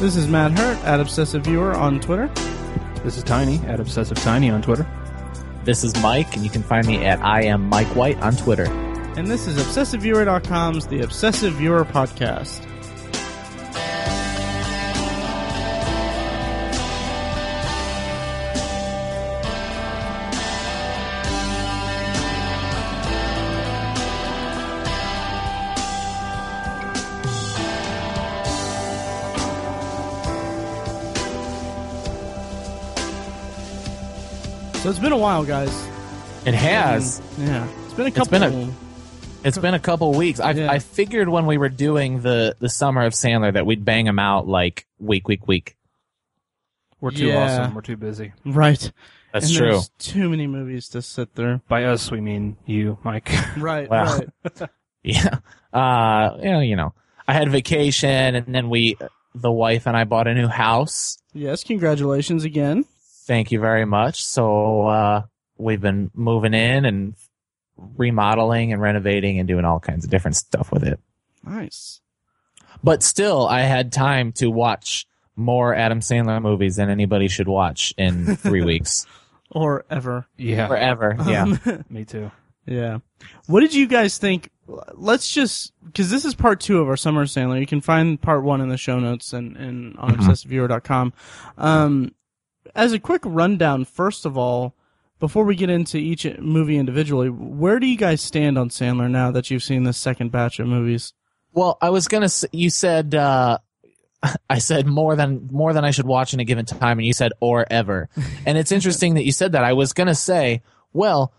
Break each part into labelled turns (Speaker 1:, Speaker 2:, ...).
Speaker 1: This is Matt Hurt at Obsessive Viewer on Twitter.
Speaker 2: This is Tiny at Obsessive Tiny on Twitter.
Speaker 3: This is Mike, and you can find me at I am Mike White on Twitter.
Speaker 1: And this is ObsessiveViewer.com's The Obsessive Viewer Podcast. So it's been a while, guys.
Speaker 3: It has.
Speaker 1: Um, yeah, it's been a
Speaker 3: It's
Speaker 1: couple.
Speaker 3: been a- It's been a couple weeks. I,
Speaker 1: Yeah.
Speaker 3: I figured when we were doing the the summer of Sandler that we'd bang them out like week, week, week.
Speaker 2: We're too
Speaker 1: Yeah.
Speaker 2: awesome. We're too busy.
Speaker 1: right.
Speaker 3: That's
Speaker 1: and
Speaker 3: true.
Speaker 1: There's too many movies to sit through.
Speaker 2: By us, we mean you, Mike.
Speaker 1: Right.
Speaker 3: Wow.
Speaker 1: Right.
Speaker 3: Yeah. Uh, you know, you know, I had vacation, and then we, the wife and I, bought a new house.
Speaker 1: Yes. Congratulations again.
Speaker 3: Thank you very much. So uh, we've been moving in and remodeling and renovating and doing all kinds of different stuff with it.
Speaker 1: Nice.
Speaker 3: But still, I had time to watch more Adam Sandler movies than anybody should watch in three weeks
Speaker 1: Or ever.
Speaker 2: yeah,
Speaker 3: forever. Yeah.
Speaker 1: Um,
Speaker 2: me too.
Speaker 1: Yeah. What did you guys think? Let's just because this is part two of our summer Sandler. You can find part one in the show notes and, and on
Speaker 3: Mhm.
Speaker 1: obsessiveviewer.com. Um, as a quick rundown, first of all, before we get into each movie individually, where do you guys stand on Sandler now that you've seen this second batch of movies?
Speaker 3: Well, I was gonna. s- You said. Uh, I said more than more than I should watch in a given time, and you said or ever. And it's interesting that you said that. I was gonna say, well,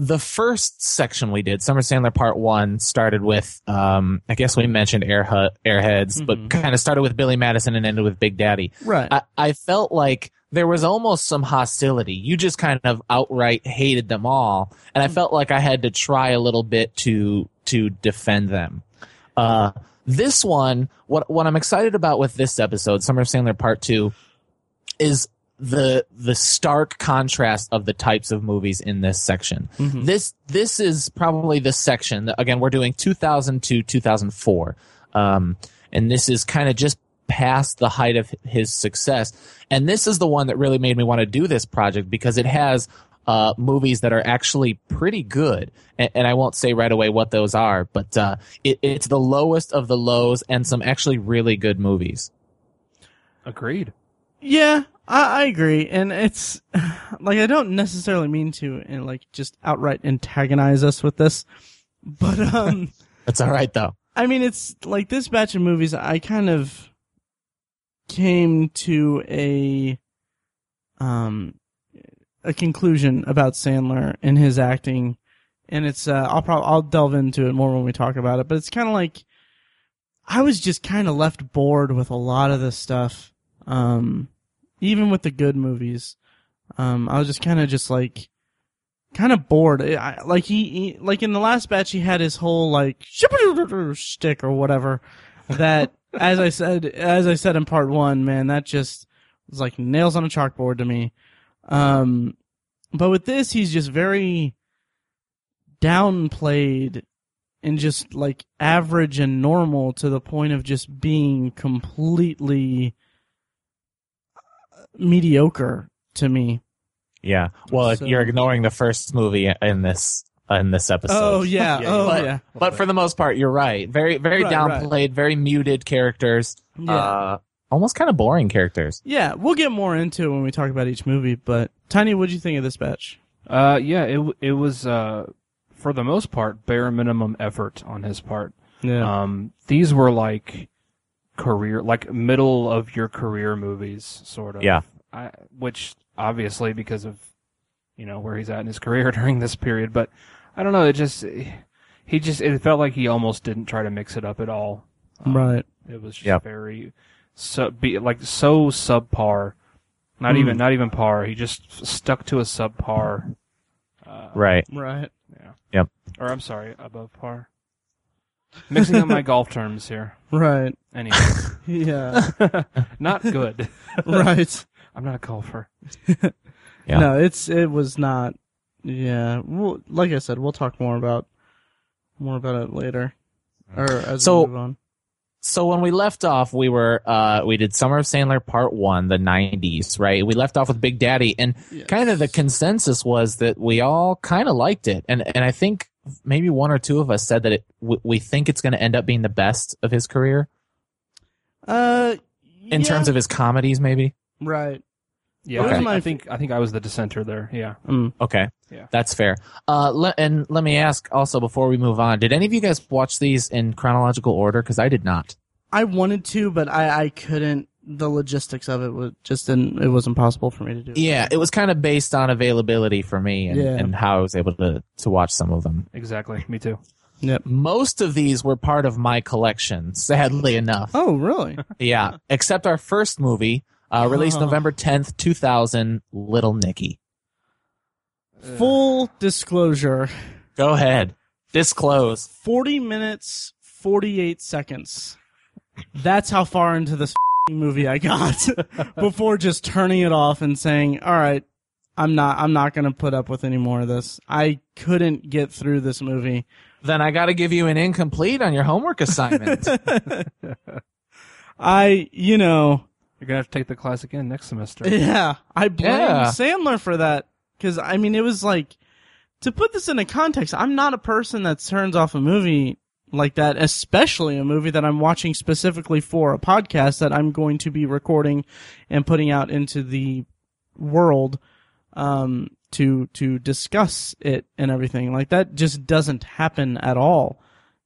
Speaker 3: the first section we did, Summer Sandler Part One, started with. Um, I guess we mentioned Airhu- Airheads,
Speaker 1: Mhm.
Speaker 3: but kind of started with Billy Madison and ended with Big Daddy.
Speaker 1: Right.
Speaker 3: I, I felt like there was almost some hostility. You just kind of outright hated them all, and I felt like I had to try a little bit to to defend them. Uh, this one, what what I'm excited about with this episode, Summer of Sandler Part Two, is the the stark contrast of the types of movies in this section.
Speaker 1: Mhm.
Speaker 3: This this is probably the section that, again we're doing 2000 to 2004, um, and this is kind of just past the height of his success. And this is the one that really made me want to do this project because it has uh, movies that are actually pretty good. And, and I won't say right away what those are, but uh, it, it's the lowest of the lows and some actually really good movies.
Speaker 2: Agreed.
Speaker 1: Yeah, I, I agree, and it's like I don't necessarily mean to and like just outright antagonize us with this, but um.
Speaker 3: That's all right though.
Speaker 1: I mean, it's like this batch of movies. I kind of came to a um a conclusion about Sandler and his acting, and it's uh, I'll probably I'll delve into it more when we talk about it. But it's kind of like I was just kind of left bored with a lot of this stuff, um, even with the good movies. Um, I was just kind of just like kind of bored. I, I- like he, he, like in the last batch, he had his whole like stick or whatever. That, as I said, as I said in part one, man, that just was like nails on a chalkboard to me. Um, but with this, he's just very downplayed and just like average and normal to the point of just being completely mediocre to me.
Speaker 3: Yeah. Well,
Speaker 1: So-
Speaker 3: you're ignoring the first movie in this in this episode.
Speaker 1: Oh yeah.
Speaker 2: Yeah,
Speaker 1: oh
Speaker 3: but-
Speaker 1: yeah.
Speaker 3: But for the most part, you're right. Very very
Speaker 1: Right, right.
Speaker 3: downplayed, very muted characters.
Speaker 1: Yeah.
Speaker 3: Uh, almost kind of boring characters.
Speaker 1: Yeah, we'll get more into it when we talk about each movie. But Tiny, what'd you think of this batch?
Speaker 2: Uh, yeah, it w- it was uh, for the most part bare minimum effort on his part.
Speaker 1: Yeah,
Speaker 2: Um, these were like career, like middle of your career movies, sort of.
Speaker 3: Yeah.
Speaker 2: I, which obviously because of you know where he's at in his career during this period, but I don't know. It just he just it felt like he almost didn't try to mix it up at all. Um,
Speaker 1: right.
Speaker 2: It was just
Speaker 3: Yep.
Speaker 2: very sub, be, like so subpar. Not
Speaker 1: Hmm.
Speaker 2: even not even par. He just f- stuck to a subpar. Uh,
Speaker 3: Right.
Speaker 1: Right.
Speaker 2: Or I'm sorry, above par. Mixing up my golf terms here.
Speaker 1: Right.
Speaker 2: Anyway,
Speaker 1: Yeah.
Speaker 2: not good.
Speaker 1: right.
Speaker 2: I'm not a golfer.
Speaker 3: Yeah.
Speaker 1: No, it's it was not. Yeah. We'll, like I said, we'll talk more about more about it later. Or as
Speaker 3: So-
Speaker 1: we move on.
Speaker 3: So when we left off, we were uh, we did Summer of Sandler Part One, the '90s, right? We left off with Big Daddy, and kind of the consensus was that we all kind of liked it, and and I think maybe one or two of us said that it, we, we think it's going to end up being the best of his career
Speaker 1: uh,
Speaker 3: in terms of his comedies, maybe.
Speaker 1: right.
Speaker 2: Yeah,
Speaker 3: Okay.
Speaker 2: I, I think I think I was the dissenter there. Yeah,
Speaker 1: Mm.
Speaker 3: Okay,
Speaker 2: Yeah.
Speaker 3: that's fair. Uh, le- and let me ask also before we move on, did any of you guys watch these in chronological order? Because I did not.
Speaker 1: I wanted to, but I, I couldn't. The logistics of it was just didn't. It was impossible for me to do.
Speaker 3: Yeah, it was kind of based on availability for me and,
Speaker 1: Yeah.
Speaker 3: and how I was able to to watch some of them.
Speaker 2: exactly. Me too.
Speaker 3: Most of these were part of my collection, sadly enough.
Speaker 1: Oh, really?
Speaker 3: Yeah, except our first movie, uh, released
Speaker 2: Oh.
Speaker 3: November 10th, 2000, Little Nicky.
Speaker 1: Full disclosure:
Speaker 3: Go ahead. Disclose.
Speaker 1: forty minutes, forty-eight seconds. That's how far into this movie I got before just turning it off and saying, "All right, I'm not. I'm not going to put up with any more of this." I couldn't get through this movie.
Speaker 3: Then I got to give you an incomplete on your homework assignment.
Speaker 1: I, you know,
Speaker 2: You're gonna have to take the class again next semester.
Speaker 1: Yeah, I blame
Speaker 3: Yeah.
Speaker 1: Sandler for that because I mean it was like to put this into context. I'm not a person that turns off a movie like that, especially a movie that I'm watching specifically for a podcast that I'm going to be recording and putting out into the world um, to to discuss it and everything like that. Just doesn't happen at all.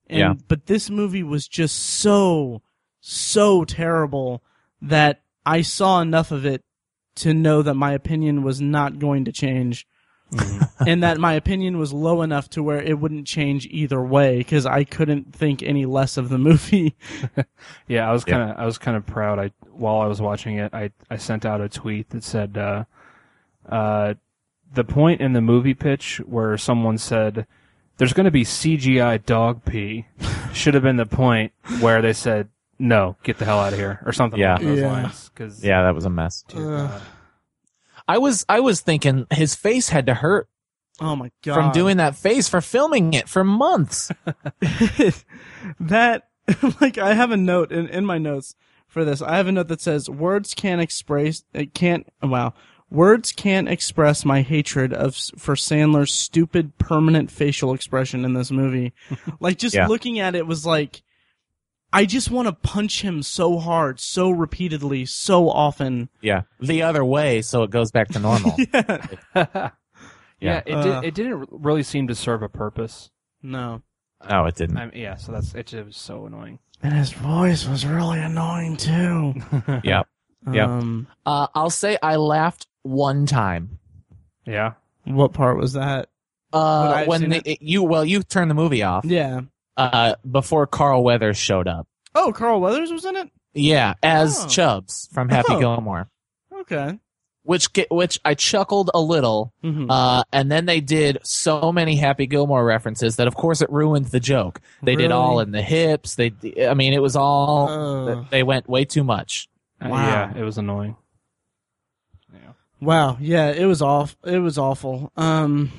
Speaker 1: And,
Speaker 3: Yeah.
Speaker 1: But this movie was just so so terrible that I saw enough of it to know that my opinion was not going to change
Speaker 3: Mm-hmm.
Speaker 1: and that my opinion was low enough to where it wouldn't change either way because I couldn't think any less of the movie.
Speaker 2: Yeah, I was
Speaker 3: Yeah.
Speaker 2: kind of I was kind of proud. I while I was watching it, I I sent out a tweet that said, uh, uh, "The point in the movie pitch where someone said." There's going to be CGI dog pee. Should have been the point where they said, "No, get the hell out of here," or something
Speaker 3: Yeah.
Speaker 2: along those
Speaker 1: Yeah.
Speaker 2: lines. Because
Speaker 3: yeah, that was a mess. I was I was thinking his face had to hurt
Speaker 1: Oh my god.
Speaker 3: from doing that face for filming it for months.
Speaker 1: that like I have a note in, in my notes for this. I have a note that says words can't express it can't wow. Words can't express my hatred of for Sandler's stupid permanent facial expression in this movie. Like just
Speaker 3: Yeah.
Speaker 1: looking at it was like I just want to punch him so hard, so repeatedly, so often.
Speaker 3: Yeah. The other way, so it goes back to normal.
Speaker 1: yeah.
Speaker 2: yeah,
Speaker 3: Yeah.
Speaker 2: it,
Speaker 1: Uh.
Speaker 2: did, it didn't really seem to serve a purpose.
Speaker 1: No.
Speaker 3: no, it didn't.
Speaker 2: I mean, yeah, so that's it. Just was so annoying.
Speaker 1: And his voice was really annoying too.
Speaker 3: Yeah. Yeah.
Speaker 1: Um
Speaker 3: Uh, I'll say I laughed one time.
Speaker 2: yeah,
Speaker 1: what part was that? Would I
Speaker 3: Uh,
Speaker 1: have
Speaker 3: when
Speaker 1: seen
Speaker 3: the,
Speaker 1: it?
Speaker 3: it- you well, you turned the movie off.
Speaker 1: Yeah.
Speaker 3: Uh, before Carl Weathers showed up.
Speaker 1: Oh, Carl Weathers was in it?
Speaker 3: Yeah, as
Speaker 1: Oh.
Speaker 3: Chubbs from Happy
Speaker 1: Oh.
Speaker 3: Gilmore,
Speaker 1: Okay.
Speaker 3: which ge- which I chuckled a little.
Speaker 1: Mm-hmm.
Speaker 3: Uh, and then they did so many Happy Gilmore references that, of course, it ruined the joke. They did all
Speaker 1: Really? Oh.
Speaker 3: in the hips. They, I mean, it was all.
Speaker 1: Uh,
Speaker 3: They went way too much.
Speaker 2: Uh,
Speaker 1: Wow.
Speaker 2: yeah, it was annoying. Yeah.
Speaker 1: wow. Yeah, it was off. It was awful. Um.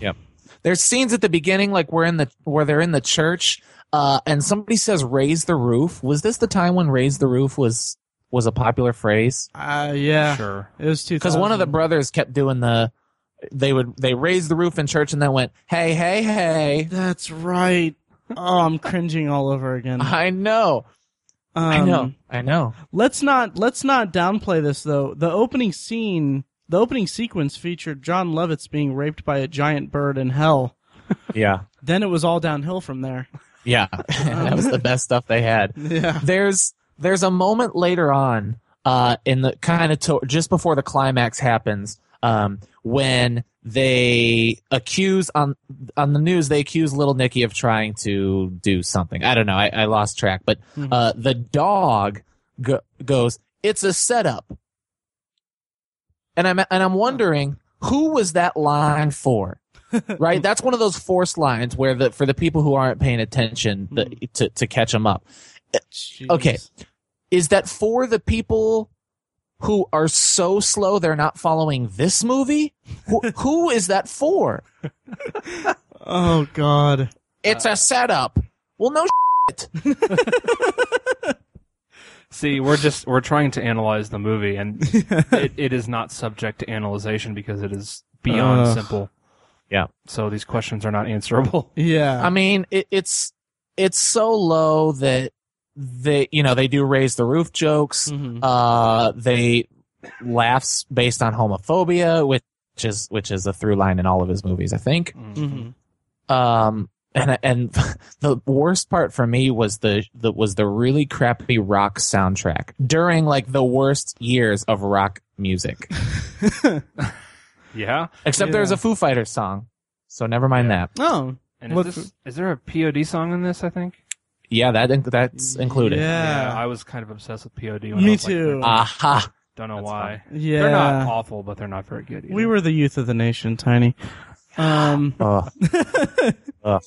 Speaker 3: There's scenes at the beginning, like we're in the where they're in the church, uh, and somebody says "raise the roof." Was this the time when "raise the roof" was was a popular phrase?
Speaker 1: Uh. Yeah.
Speaker 2: Sure.
Speaker 1: It was two.
Speaker 3: Because one of the brothers kept doing the they would they raised the roof in church and then went hey hey hey.
Speaker 1: That's right. Oh, I'm cringing all over again.
Speaker 3: I know,
Speaker 1: Um,
Speaker 3: I know, I know.
Speaker 1: Let's not let's not downplay this though. The opening scene, the opening sequence featured John Lovitz being raped by a giant bird in hell.
Speaker 3: Yeah,
Speaker 1: Then it was all downhill from there.
Speaker 3: yeah. that was the best stuff they had.
Speaker 1: Yeah.
Speaker 3: There's there's a moment later on uh, in the kind of to- just before the climax happens um, when they accuse on on the news they accuse little Nicky of trying to do something. I don't know. I, I lost track, but
Speaker 1: Mhm.
Speaker 3: uh, the dog go- goes. It's a setup, and I'm and I'm wondering who was that line for. right, that's one of those forced lines where the for the people who aren't paying attention the, to to catch them up Okay.
Speaker 1: Jeez.
Speaker 3: is that for the people who are so slow they're not following this movie? Who, who is that for?
Speaker 1: Oh God.
Speaker 3: It's a setup. Well, no,
Speaker 2: See, we're just we're trying to analyze the movie, and it, it is not subject to analyzation because it is beyond
Speaker 1: Ugh.
Speaker 2: simple.
Speaker 3: Yeah.
Speaker 2: So these questions are not answerable.
Speaker 1: yeah.
Speaker 3: I mean, it, it's it's so low that they you know they do raise the roof jokes.
Speaker 1: Mhm.
Speaker 3: Uh, they laughs based on homophobia, which is which is a through line in all of his movies, I think.
Speaker 2: Mm-hmm.
Speaker 1: Mhm.
Speaker 3: Um, and and the worst part for me was the, the was the really crappy rock soundtrack during like the worst years of rock music. Mm-hmm.
Speaker 2: Yeah.
Speaker 3: Except
Speaker 1: Yeah.
Speaker 3: there's a Foo Fighters song, so never mind that.
Speaker 1: Oh,
Speaker 2: And
Speaker 1: Look-
Speaker 2: is, this, is there a POD song in this? I think.
Speaker 3: Yeah, that that's included.
Speaker 1: Yeah.
Speaker 2: I was kind of obsessed with POD. When I
Speaker 1: Me
Speaker 2: was, like,
Speaker 1: too.
Speaker 2: thirteen.
Speaker 3: Aha.
Speaker 2: Don't know
Speaker 3: That's
Speaker 2: why.
Speaker 1: Yeah.
Speaker 2: They're not awful, but they're not very good. Either.
Speaker 1: we were the youth of the nation, Tiny. Um,
Speaker 3: Ugh. Ugh.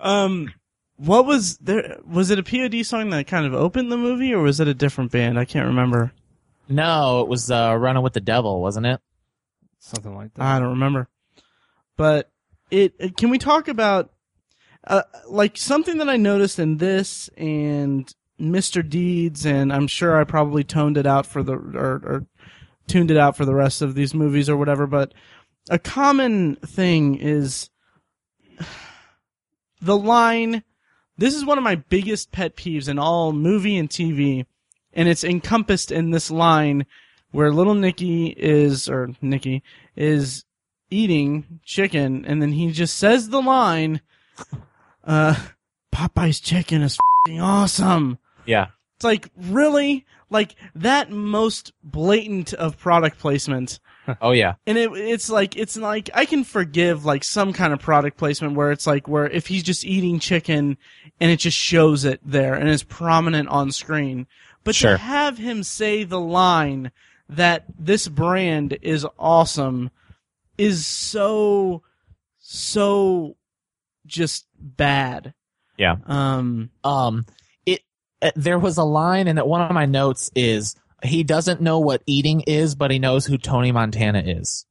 Speaker 1: um, what was there? Was it a POD song that kind of opened the movie, or was it a different band? I can't remember.
Speaker 3: No, it was uh, Running with the Devil, wasn't it?
Speaker 2: something like that.
Speaker 1: I don't remember. But it can we talk about uh, like something that I noticed in this and Mr. Deeds and I'm sure I probably toned it out for the or, or tuned it out for the rest of these movies or whatever, but a common thing is the line this is one of my biggest pet peeves in all movie and TV and it's encompassed in this line where little Nicky is or Nicky is eating chicken, and then he just says the line, uh, Popeye's chicken is fing awesome.
Speaker 3: Yeah.
Speaker 1: It's like, really? Like, that most blatant of product placement.
Speaker 3: Oh yeah.
Speaker 1: And it, it's like, it's like, I can forgive like some kind of product placement where it's like, where if he's just eating chicken and it just shows it there and is prominent on screen. But
Speaker 3: Sure.
Speaker 1: to have him say the line that this brand is awesome is so, so just bad.
Speaker 3: Yeah.
Speaker 1: Um,
Speaker 3: Um, it uh, there was a line, and one of my notes is he doesn't know what eating is, but he knows who Tony Montana is.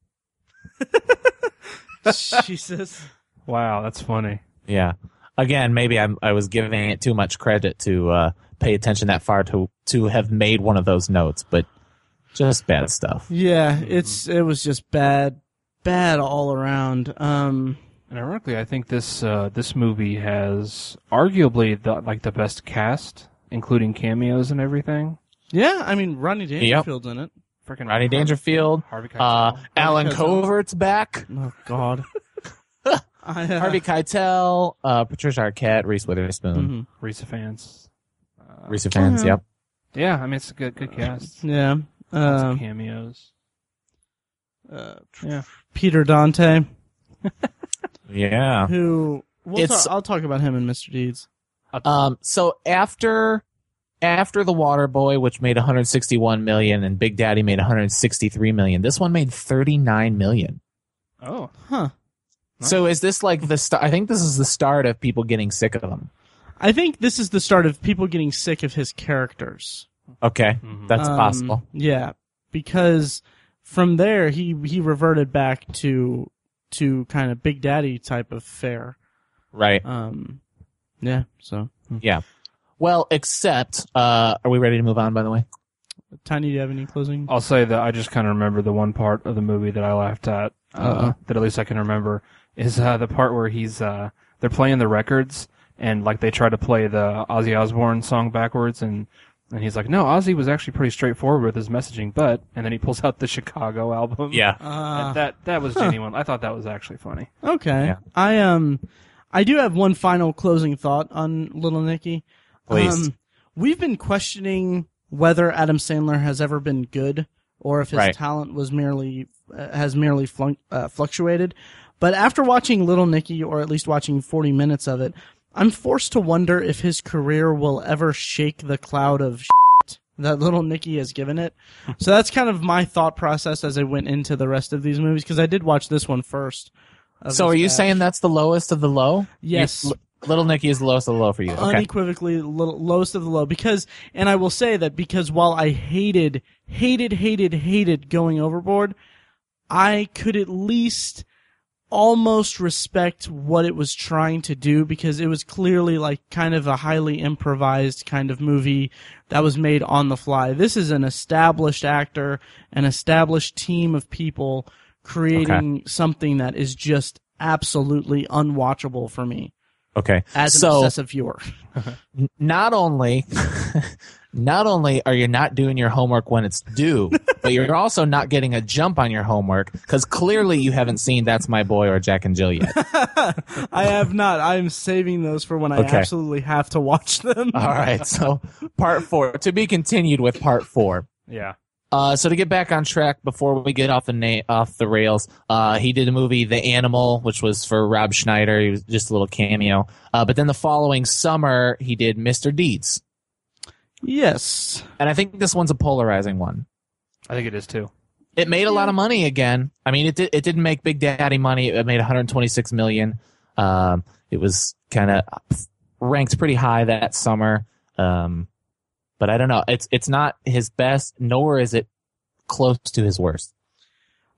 Speaker 1: Jesus.
Speaker 2: Wow, that's funny.
Speaker 3: Yeah. Again, maybe I'm, I was giving it too much credit to uh, pay attention that far to to have made one of those notes, but just bad stuff.
Speaker 1: Yeah. It's, it was just bad, bad all around. Um,
Speaker 2: And ironically, I think this uh, this movie has arguably the, like the best cast, including cameos and everything.
Speaker 1: Yeah, I mean Ronnie Dangerfield's in it.
Speaker 2: Freaking
Speaker 3: Rodney Dangerfield,
Speaker 2: Harvey
Speaker 3: uh,
Speaker 2: Keitel.
Speaker 3: Alan
Speaker 1: Keitel.
Speaker 3: Covert's back,
Speaker 1: Oh God. I, uh,
Speaker 3: Harvey Keitel, uh, Patricia Arquette, Reese Witherspoon,
Speaker 1: mhm.
Speaker 2: Risa fans. Uh,
Speaker 3: Reese fans.
Speaker 1: Mhm.
Speaker 3: Yep.
Speaker 2: Yeah, I mean it's a good good cast.
Speaker 1: Yeah.
Speaker 2: Lots of
Speaker 1: Uh,
Speaker 2: cameos.
Speaker 1: uh,
Speaker 2: Yeah.
Speaker 1: Peter Dante,
Speaker 3: Yeah.
Speaker 1: who we'll
Speaker 3: It's-
Speaker 1: ta- I'll talk about him and Mr. Deeds.
Speaker 3: Um, so after after the Water Boy, which made 161 million, and Big Daddy made 163 million, this one made 39 million.
Speaker 2: Oh,
Speaker 1: Huh.
Speaker 3: So is this like the start? I think this is the start of people getting sick of them.
Speaker 1: I think this is the start of people getting sick of his characters.
Speaker 3: Okay,
Speaker 2: Mhm.
Speaker 3: that's
Speaker 1: Um,
Speaker 3: possible.
Speaker 1: Yeah, because from there he he reverted back to to kind of Big Daddy type of fare.
Speaker 3: Right.
Speaker 1: Um, yeah. So,
Speaker 3: Well, except, uh, are we ready to move on? By the way,
Speaker 1: Tiny, do you have any closing?
Speaker 2: I'll say that I just kind of remember the one part of the movie that I laughed at. Uh,
Speaker 1: Uh-oh.
Speaker 2: That at least I can remember is uh, the part where he's uh, they're playing the records and like they try to play the Ozzy Osbourne song backwards and and he's like, no, Ozzy was actually pretty straightforward with his messaging, but and then he pulls out the Chicago album.
Speaker 3: Oh,
Speaker 1: Uh,
Speaker 2: And that that was
Speaker 1: Huh.
Speaker 2: genuine. I thought that was actually funny.
Speaker 1: Okay.
Speaker 3: Yeah.
Speaker 1: I um I do have one final closing thought on Little Nicky.
Speaker 3: Please.
Speaker 1: Um, we've been questioning whether Adam Sandler has ever been good or if his
Speaker 3: Right.
Speaker 1: talent was merely uh, has merely flunk, uh, fluctuated. But after watching Little Nicky or at least watching 40 minutes of it, I'm forced to wonder if his career will ever shake the cloud of shit that Little Nicky has given it. so that's kind of my thought process as I went into the rest of these movies because I did watch this one first. of
Speaker 3: so
Speaker 1: this
Speaker 3: are you
Speaker 1: batch.
Speaker 3: saying that's the lowest of the low?
Speaker 1: uh, Yes.
Speaker 3: You- L- Little Nicky is the lowest of the low for you. Okay.
Speaker 1: unequivocally lo- lowest of the low because and I will say that because while I hated hated hated hated going overboard I could at least almost respect what it was trying to do because it was clearly like kind of a highly improvised kind of movie that was made on the fly. This is an established actor, an established team of people creating something that is just absolutely unwatchable for me
Speaker 3: Okay.
Speaker 1: as an
Speaker 3: So-
Speaker 1: obsessive viewer.
Speaker 3: N- Not only, not only are you not doing your homework when it's due, but you're also not getting a jump on your homework because clearly you haven't seen "That's My Boy" or "Jack and Jill" yet.
Speaker 1: I have not. I am saving those for when I
Speaker 3: Okay. Uh-huh.
Speaker 1: absolutely have to watch them.
Speaker 3: All right. So, part four to be continued with part four.
Speaker 2: Yeah.
Speaker 3: Uh, so to get back on track before we get off the na- off the rails, uh, he did a movie, The Animal, which was for Rob Schneider. He was just a little cameo. Uh, but then the following summer, he did Mr. Deeds,
Speaker 1: Yes.
Speaker 3: and I think this one's a polarizing one.
Speaker 2: I think it is too.
Speaker 3: It made a lot of money again. I mean, it did, it didn't make Big Daddy money. It made 126 million. Um, it was kind of ranked pretty high that summer. Um, but I don't know. It's it's not his best, nor is it close to his worst.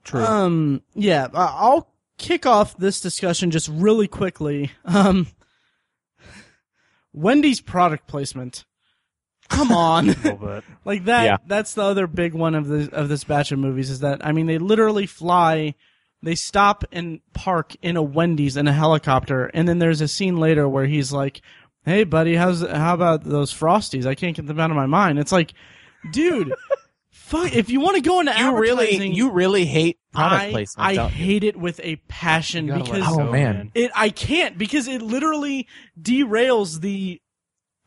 Speaker 2: True.
Speaker 1: Um, yeah, I- I'll kick off this discussion just really quickly. Um, Wendy's product placement. Come on.
Speaker 2: a little bit.
Speaker 1: like that
Speaker 3: Yeah.
Speaker 1: that's the other big one of the of this batch of movies is that I mean they literally fly they stop and park in a Wendy's in a helicopter and then there's a scene later where he's like, "Hey buddy, how's how about those frosties? I can't get them out of my mind." It's like, dude, fuck if you want to go into
Speaker 3: you really
Speaker 1: advertising-
Speaker 3: you really hate product
Speaker 1: I,
Speaker 3: placement.
Speaker 1: I
Speaker 3: don't you?
Speaker 1: hate it with a passion
Speaker 2: You gotta let
Speaker 1: because
Speaker 3: Oh,
Speaker 2: it go,
Speaker 3: man.
Speaker 1: it I can't because it literally derails the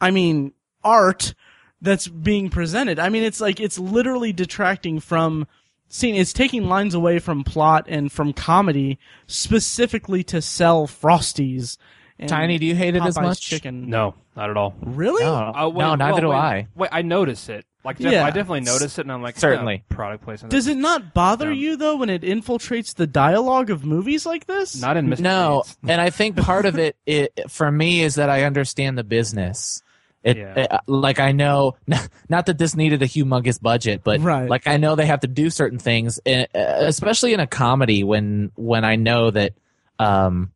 Speaker 1: I mean art that's being presented. I mean it's like it's literally detracting from scene it's taking lines away from plot and from comedy specifically to sell frosties and
Speaker 3: Tiny, do you hate it as
Speaker 1: Popeye's
Speaker 3: much?
Speaker 1: chicken. Oh,
Speaker 2: No, not at all.
Speaker 1: Really?
Speaker 3: No,
Speaker 2: Uh, wait,
Speaker 3: no, neither
Speaker 2: well,
Speaker 3: do
Speaker 2: wait,
Speaker 3: I.
Speaker 2: Wait, I notice it. Like, def-
Speaker 1: Yeah.
Speaker 2: I definitely notice it, and I'm like,
Speaker 3: Certainly.
Speaker 2: "Huh, product placement.
Speaker 1: Does it not bother
Speaker 2: No.
Speaker 1: you though when it infiltrates the dialogue of movies like this?
Speaker 2: not in Mr.
Speaker 3: No,
Speaker 2: Deeds.
Speaker 3: and I think part of it, it for me is that I understand the business. It,
Speaker 2: Yeah.
Speaker 3: it- like I know, not that this needed a humongous budget, but
Speaker 1: Right.
Speaker 3: like I know they have to do certain things, eh, especially in a comedy when when I know that um,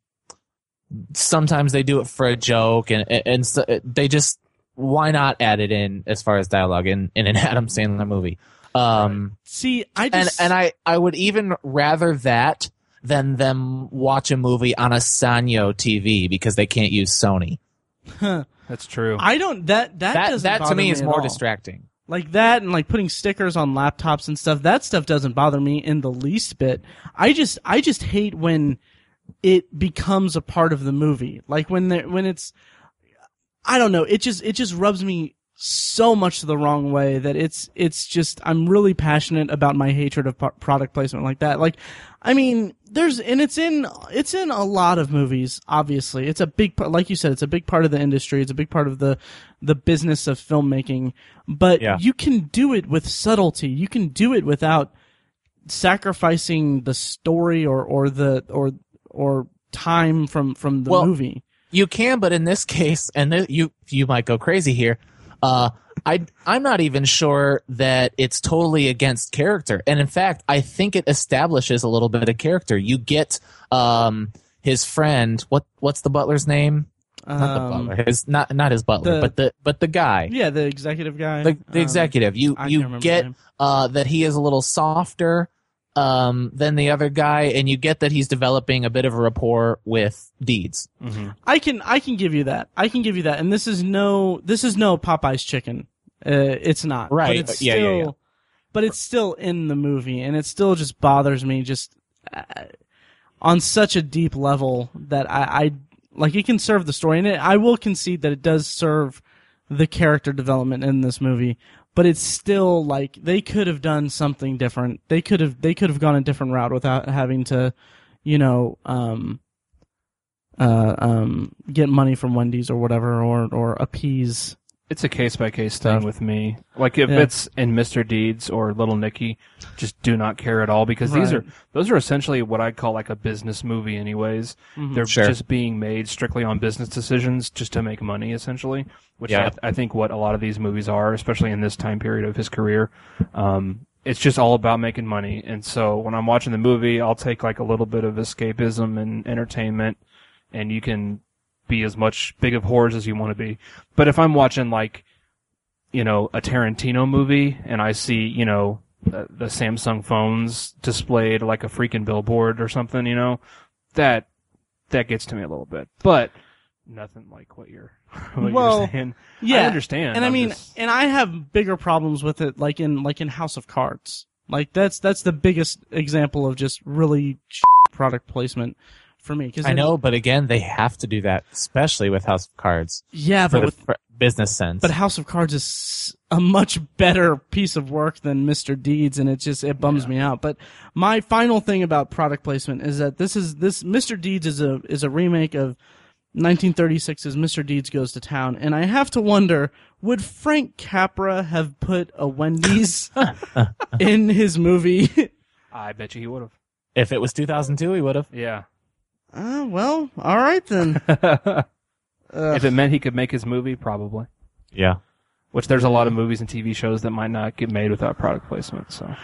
Speaker 3: sometimes they do it for a joke and and so eh, they just why not add it in as far as dialogue in in an Adam Sandler movie. Um,
Speaker 1: See, I
Speaker 3: and
Speaker 1: just
Speaker 3: and I I would even rather that than them watch a movie on a Sanyo TV because they can't use Sony.
Speaker 2: That's true.
Speaker 1: I don't that that
Speaker 3: That
Speaker 1: doesn't
Speaker 3: that, to
Speaker 1: bother
Speaker 3: me,
Speaker 1: me
Speaker 3: is
Speaker 1: at
Speaker 3: more
Speaker 1: all.
Speaker 3: distracting.
Speaker 1: like that and like putting stickers on laptops and stuff that stuff doesn't bother me in the least bit i just i just hate when it becomes a part of the movie like when there when it's i don't know it just it just rubs me so much the wrong way that it's it's just i'm really passionate about my hatred of pro- product placement like that like i mean there's and it's in it's in a lot of movies obviously it's a big part like you said it's a big part of the industry it's a big part of the the business of filmmaking but
Speaker 3: Yeah.
Speaker 1: you can do it with subtlety you can do it without sacrificing the story or or the or or time from from the
Speaker 3: Well,
Speaker 1: movie
Speaker 3: You can, but in this case, and th- you you might go crazy here. Uh, I I'm not even sure that it's totally against character, and in fact, I think it establishes a little bit of character. You get um his friend what what's the butler's name? Not
Speaker 1: Um,
Speaker 3: the butler. His not not his butler,
Speaker 1: the-
Speaker 3: but the but the guy,
Speaker 1: yeah the executive guy
Speaker 3: the, the
Speaker 1: Um,
Speaker 3: executive. You
Speaker 1: I can't remember
Speaker 3: you
Speaker 1: his
Speaker 3: get
Speaker 1: name.
Speaker 3: uh, that he is a little softer um, than the other guy, and you get that he's developing a bit of a rapport with Deeds.
Speaker 2: Mhm.
Speaker 1: I can I can give you that. I can give you that. And this is no this is no Popeye's chicken. Uh, it's not. But
Speaker 3: Right.
Speaker 1: it's
Speaker 3: Yeah, yeah,
Speaker 1: still
Speaker 3: yeah.
Speaker 1: but it's still in the movie and it still just bothers me just uh, on such a deep level that I, I like it can serve the story and it, I will concede that it does serve the character development in this movie but it's still like they could have done something different they could have they could have gone a different route without having to you know um uh um get money from Wendy's or whatever or or appease
Speaker 2: It's a case by case thing with me. Like if
Speaker 1: Yeah.
Speaker 2: it's in Mr. Deeds or Little Nicky, just do not care at all because these
Speaker 1: Right.
Speaker 2: are those are essentially what I call like a business movie. Anyways,
Speaker 1: Mhm.
Speaker 2: they're
Speaker 3: Sure.
Speaker 2: just being made strictly on business decisions just to make money, essentially. Which
Speaker 3: Yeah.
Speaker 2: I, I think what a lot of these movies are, especially in this time period of his career. Um, it's just all about making money. And so when I'm watching the movie, I'll take like a little bit of escapism and entertainment, and you can be as much big of whores as you want to be. But if I'm watching like, you know, a Tarantino movie and I see, you know, the, the Samsung phones displayed like a freaking billboard or something, you know, that that gets to me a little bit. But nothing like what you're what
Speaker 1: Well,
Speaker 2: you're saying. I
Speaker 1: Yeah,
Speaker 2: understand.
Speaker 1: and i
Speaker 2: I'm
Speaker 1: mean,
Speaker 2: just-
Speaker 1: and I have bigger problems with it, like in like in House of Cards. Like that's that's the biggest example of just really sh- product placement for me. Because
Speaker 3: I know, but again, they have to do that, especially with House of Cards,
Speaker 1: yeah,
Speaker 3: for
Speaker 1: but
Speaker 3: the
Speaker 1: with
Speaker 3: fr- business sense.
Speaker 1: but House of Cards is s- a much better piece of work than Mr. Deeds, and it just it bums me out. But my final thing about product placement is that this is this Mr. Deeds is a is a remake of 1936's Mr. Deeds Goes to Town, and I have to wonder would Frank Capra have put a Wendy's in his movie?
Speaker 2: I bet you he would have.
Speaker 3: if it was 2002, we would have.
Speaker 2: Yeah.
Speaker 1: Uh, well, all right then. Uh, Ugh.
Speaker 2: if it meant he could make his movie, probably.
Speaker 3: Yeah.
Speaker 2: Which there's a lot of movies and TV shows that might not get made without product placement. So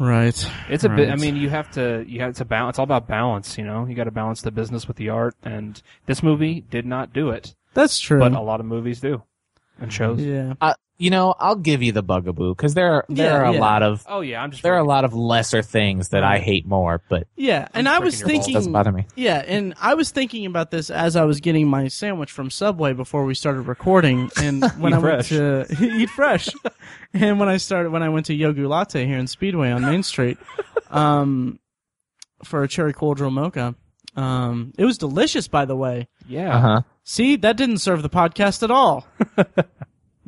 Speaker 1: right.
Speaker 2: it's a bit. I
Speaker 1: Right.
Speaker 2: mean, you have to. You have to balance. It's all about balance. You know, you got to balance the business with the art. And this movie did not do it,
Speaker 1: That's true.
Speaker 2: but a lot of movies do, and shows.
Speaker 1: yeah.
Speaker 3: Uh, you know, I'll give you the bugaboo because there are there
Speaker 1: Yeah,
Speaker 3: are a
Speaker 1: yeah.
Speaker 3: lot of
Speaker 2: Oh yeah, I'm just.
Speaker 3: there are a lot of lesser things that I hate more, but
Speaker 1: Yeah, and I
Speaker 2: freaking
Speaker 1: was
Speaker 2: your balls.
Speaker 3: it
Speaker 1: thinking
Speaker 3: doesn't bother me.
Speaker 1: Yeah, and I was thinking about this as I was getting my sandwich from Subway before we started recording, and when
Speaker 2: Eat
Speaker 1: I
Speaker 2: fresh.
Speaker 1: went to eat fresh, and when I started when I went to Yogu Latte here in Speedway on Main Street, um, for a cherry cordial mocha, um, it was delicious by the way.
Speaker 2: yeah.
Speaker 3: Uh huh.
Speaker 1: See, that didn't serve the podcast at all.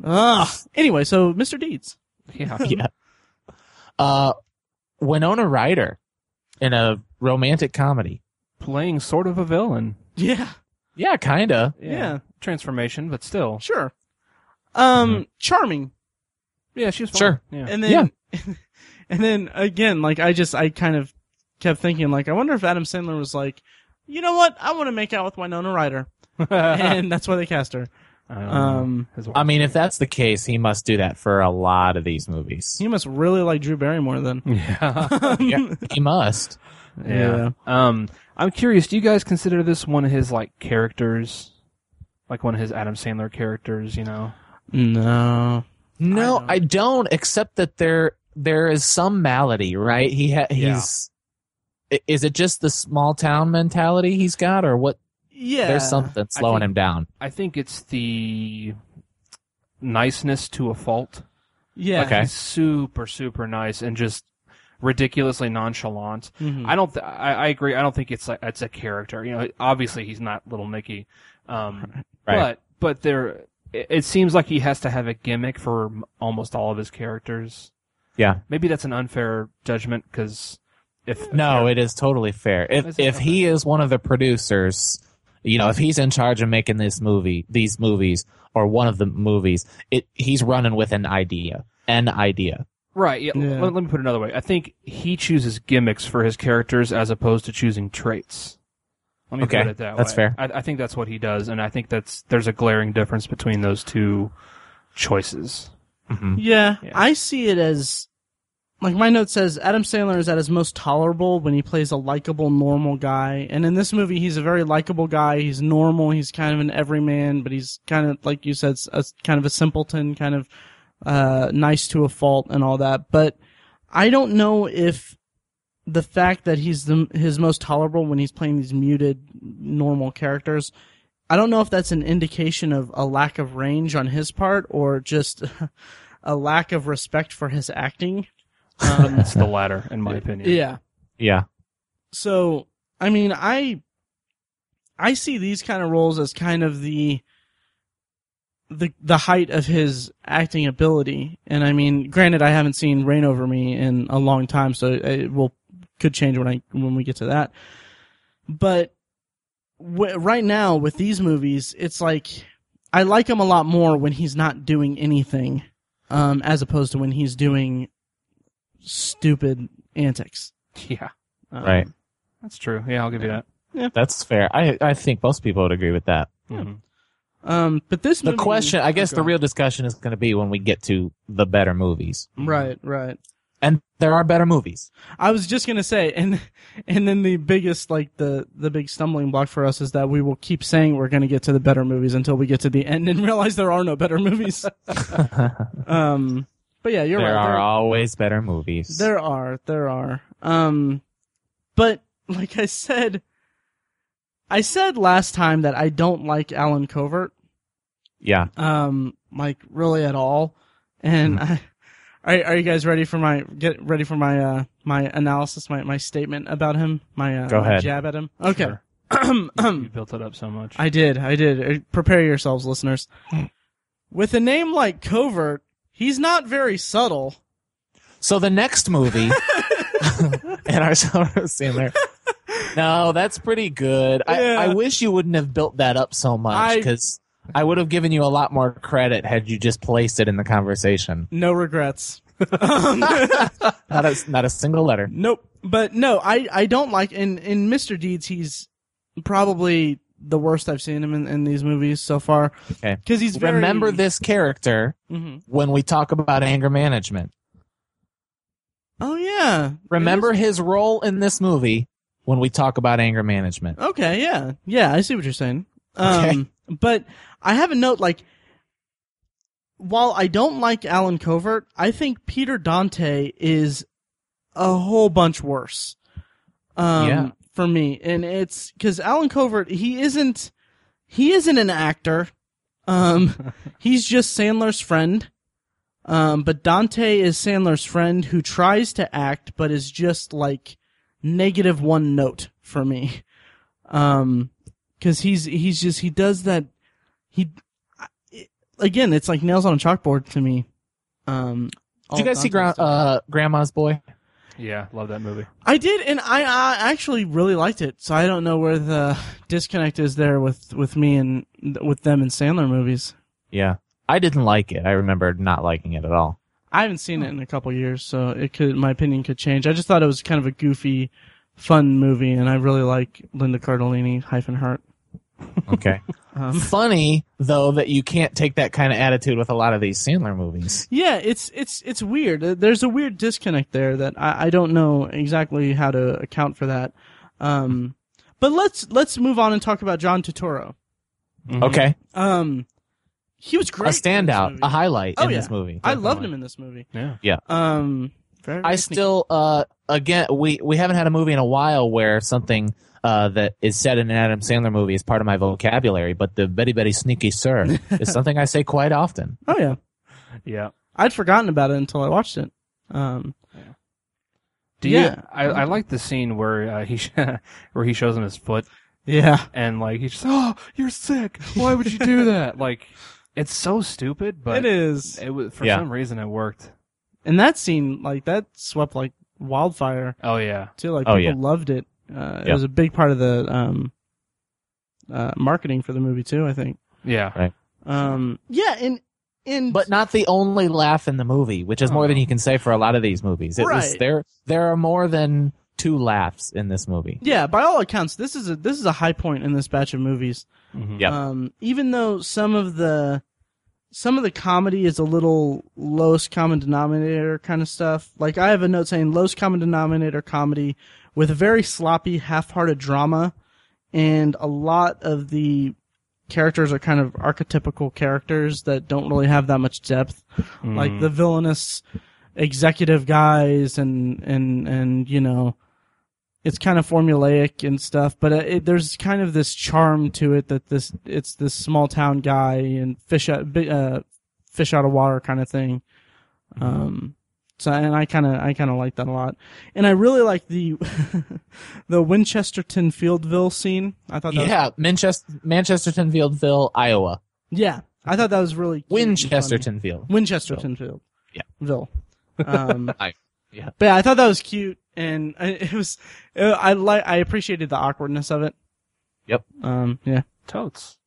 Speaker 1: Ugh. Anyway, so Mr. Deeds.
Speaker 2: Yeah.
Speaker 3: Yeah. Uh, Winona Ryder in a romantic comedy.
Speaker 2: Playing sort of a villain.
Speaker 1: Yeah,
Speaker 3: Yeah, kinda.
Speaker 1: yeah,
Speaker 2: Transformation, but still.
Speaker 1: sure. Um, charming.
Speaker 2: Yeah, she was fine.
Speaker 3: Sure.
Speaker 2: Yeah.
Speaker 1: and then and then again like i just i kind of kept thinking like i wonder if adam sandler was like you know what i want to make out with winona ryder and that's why they cast her
Speaker 3: Oh.
Speaker 1: um
Speaker 3: I mean, if that's the case, he must do that for a lot of these movies.
Speaker 1: he must really like drew barrymore then
Speaker 2: yeah.
Speaker 3: Yeah. He must.
Speaker 2: Yeah. Um, I'm curious. Do you guys consider this one of his like characters, like one of his Adam Sandler characters? You know,
Speaker 1: no
Speaker 3: No, I
Speaker 1: don't.
Speaker 3: don't. except that there there is some malady, right? He ha-
Speaker 2: Yeah.
Speaker 3: he's. i- Is it just the small town mentality he's got, or what?
Speaker 1: yeah
Speaker 3: There's something slowing
Speaker 2: think-
Speaker 3: him down.
Speaker 2: I think it's the niceness to a fault.
Speaker 1: yeah
Speaker 3: Okay.
Speaker 2: He's super, super nice and just ridiculously nonchalant.
Speaker 1: Mhm.
Speaker 2: I don't. Th- I, I agree. I don't think it's like it's a character. You know, obviously he's not Little Nicky, um,
Speaker 3: Right.
Speaker 2: but but there. It, it seems like he has to have a gimmick for m- almost all of his characters.
Speaker 3: Yeah.
Speaker 2: Maybe that's an unfair judgment because if a
Speaker 3: No, it is totally fair.
Speaker 2: Is
Speaker 3: If
Speaker 2: it?
Speaker 3: if he is one of the producers, you know, if he's in charge of making this movie, these movies, or one of the movies, it he's running with an idea, an idea.
Speaker 2: Right. Yeah.
Speaker 1: Yeah.
Speaker 2: Let, let me put it another way. I think he chooses gimmicks for his characters as opposed to choosing traits. Let me
Speaker 3: Okay,
Speaker 2: put it that
Speaker 3: that's
Speaker 2: way.
Speaker 3: fair.
Speaker 2: I, I think that's what he does, and I think that's there's a glaring difference between those two choices.
Speaker 1: yeah,
Speaker 2: Yeah.
Speaker 1: I see it as like my note says Adam Sandler is at his most tolerable when he plays a likable normal guy. And in this movie he's a very likable guy. He's normal, he's kind of an everyman, but he's kind of like you said s- a, kind of a simpleton, kind of uh nice to a fault and all that. But I don't know if the fact that he's the his most tolerable when he's playing these muted normal characters I don't know if that's an indication of a lack of range on his part or just a lack of respect for his acting. Um,
Speaker 2: It's the latter, in my opinion.
Speaker 1: yeah.
Speaker 3: Yeah,
Speaker 1: So, I mean, I I see these kind of roles as kind of the the the height of his acting ability. And I mean, granted, I haven't seen Rain Over Me in a long time, so it will could change when I when we get to that. But w- right now with these movies, it's like I like him a lot more when he's not doing anything, um, as opposed to when he's doing stupid antics.
Speaker 2: Yeah.
Speaker 1: Um,
Speaker 3: Right.
Speaker 2: That's true. Yeah, I'll give you that.
Speaker 3: that's fair. I I think most people would agree with that.
Speaker 2: Mhm.
Speaker 1: Um, but this
Speaker 3: The
Speaker 1: movie-
Speaker 3: question, I guess,
Speaker 1: Okay.
Speaker 3: the real discussion is going to be when we get to the better movies.
Speaker 1: right, right.
Speaker 3: And there are better movies.
Speaker 1: I was just gonna say, and and then the biggest like the the big stumbling block for us is that we will keep saying we're gonna get to the better movies until we get to the end and realize there are no better movies. um, but yeah, you're
Speaker 3: there
Speaker 1: right.
Speaker 3: are
Speaker 1: there,
Speaker 3: always better movies.
Speaker 1: there are there are. Um, but like I said, I said last time that I don't like Alan Covert.
Speaker 3: yeah.
Speaker 1: um, like really at all. And
Speaker 3: Hmm.
Speaker 1: I, are, are you guys ready for my get ready for my uh my analysis, my my statement about him, my, uh,
Speaker 3: Go
Speaker 1: my
Speaker 3: ahead.
Speaker 1: jab at him? Okay. Um,
Speaker 2: Sure. You built it up so much.
Speaker 1: I did, I did. Uh, Prepare yourselves, listeners.
Speaker 3: Hmm.
Speaker 1: With a name like Covert, he's not very subtle.
Speaker 3: So the next movie and our Sandler. No, that's pretty good.
Speaker 1: Yeah.
Speaker 3: I, I wish you wouldn't have built that up so much
Speaker 1: I-
Speaker 3: because I, would have given you a lot more credit had you just placed it in the conversation.
Speaker 1: No regrets. Um,
Speaker 3: Not a not a single letter.
Speaker 1: Nope. But no, I, I don't like in in Mr. Deeds he's probably the worst I've seen him in, in these movies so far.
Speaker 3: Okay.
Speaker 1: Because he's very,
Speaker 3: Remember this character
Speaker 1: Mhm.
Speaker 3: when we talk about anger management.
Speaker 1: Oh yeah.
Speaker 3: Remember his role in this movie when we talk about anger management.
Speaker 1: Okay. Yeah. Yeah. I see what you're saying. Um,
Speaker 3: Okay.
Speaker 1: But I have a note like. While I don't like Alan Covert, I think Peter Dante is a whole bunch worse. Um,
Speaker 3: Yeah.
Speaker 1: For me, and it's because Alan Covert, he isn't, he isn't an actor. Um, he's just Sandler's friend. Um, but Dante is Sandler's friend who tries to act, but is just like negative one note for me. Um, cause he's, he's just, he does that, he, I- it- again, it's like nails on a chalkboard to me. Um,
Speaker 3: Did you
Speaker 1: all
Speaker 3: guys see
Speaker 1: Dante's
Speaker 3: Gra-
Speaker 1: stuff.
Speaker 3: uh, Grandma's Boy?
Speaker 2: yeah, love that movie.
Speaker 1: I did, and I, I actually really liked it. So I don't know where the disconnect is there with, with me and with them and Sandler movies.
Speaker 3: Yeah. I didn't like it. I remember not liking it at all.
Speaker 1: I haven't seen it in a couple years, so it could my opinion could change. I just thought it was kind of a goofy, fun movie, and I really like Linda Cardellini hyphen Hart.
Speaker 3: Okay.
Speaker 1: Um,
Speaker 3: funny though that you can't take that kind of attitude with a lot of these Sandler movies.
Speaker 1: yeah, it's it's it's weird. Uh, There's a weird disconnect there that I, I don't know exactly how to account for that. Um, but let's let's move on and talk about John Turturro.
Speaker 2: Mhm.
Speaker 3: Okay,
Speaker 1: Um, he was
Speaker 3: a
Speaker 1: great. in this
Speaker 3: standout, Uh-huh.
Speaker 1: movie.
Speaker 3: a highlight
Speaker 1: Oh,
Speaker 3: in
Speaker 1: yeah.
Speaker 3: this movie.
Speaker 1: I loved him in this movie.
Speaker 2: Yeah.
Speaker 1: Um, very
Speaker 3: I
Speaker 1: sneaky.
Speaker 3: still, uh, again, we we haven't had a movie in a while where something uh, that is said in an Adam Sandler movie is part of my vocabulary. But the "Betty Betty Sneaky Sir" is something I say quite often.
Speaker 1: Oh yeah,
Speaker 2: Mm-hmm. Yeah.
Speaker 1: I'd forgotten about it until I watched it. Um,
Speaker 2: Do you,
Speaker 1: Yeah.
Speaker 2: I, I like the scene where uh, he sh- where he shows him his foot
Speaker 1: yeah,
Speaker 2: and like he's just oh you're sick why would you do that like it's so stupid but
Speaker 1: it is.
Speaker 2: it was for
Speaker 3: Yeah.
Speaker 2: some reason it worked
Speaker 1: and that scene like that swept like wildfire
Speaker 2: oh yeah
Speaker 1: too like
Speaker 3: Oh,
Speaker 1: people
Speaker 3: yeah.
Speaker 1: loved it uh, it
Speaker 3: Yeah.
Speaker 1: was a big part of the um, uh, marketing for the movie too i think
Speaker 2: yeah
Speaker 1: um, yeah and and
Speaker 3: But not the only laugh in the movie, which is more than you can say for a lot of these movies. It was
Speaker 1: Oh. Right.
Speaker 3: there. There are more than two laughs in this movie.
Speaker 1: yeah by all accounts this is a this is a high point in this batch of movies
Speaker 2: Mhm.
Speaker 3: Yep.
Speaker 1: um, even though some of the some of the comedy is a little lowest common denominator kind of stuff like i have a note saying lowest common denominator comedy with a very sloppy half-hearted drama and a lot of the characters are kind of archetypical characters that don't really have that much depth
Speaker 2: Mm-hmm.
Speaker 3: Hmm.
Speaker 1: like the villainous executive guys and and and you know it's kind of formulaic and stuff but uh, it, there's kind of this charm to it that this it's this small town guy and fish out bi- uh, fish out of water kind of thing
Speaker 3: Hmm.
Speaker 1: um so and i kind of i kind of like that a lot and i really like the the winchesterton fieldville scene i thought that
Speaker 3: Yeah, Manchester, Manchesterton Fieldville, Iowa,
Speaker 1: was, yeah i thought that was really cute and funny.
Speaker 3: Winchesterton Field.
Speaker 1: Winchesterton Field.
Speaker 3: Yeah.
Speaker 1: Ville. Um,
Speaker 3: I- yeah.
Speaker 1: But yeah, I thought that was cute, and I, it was. uh I like. I appreciated the awkwardness of it.
Speaker 3: Yep.
Speaker 1: Um. Yeah.
Speaker 2: totes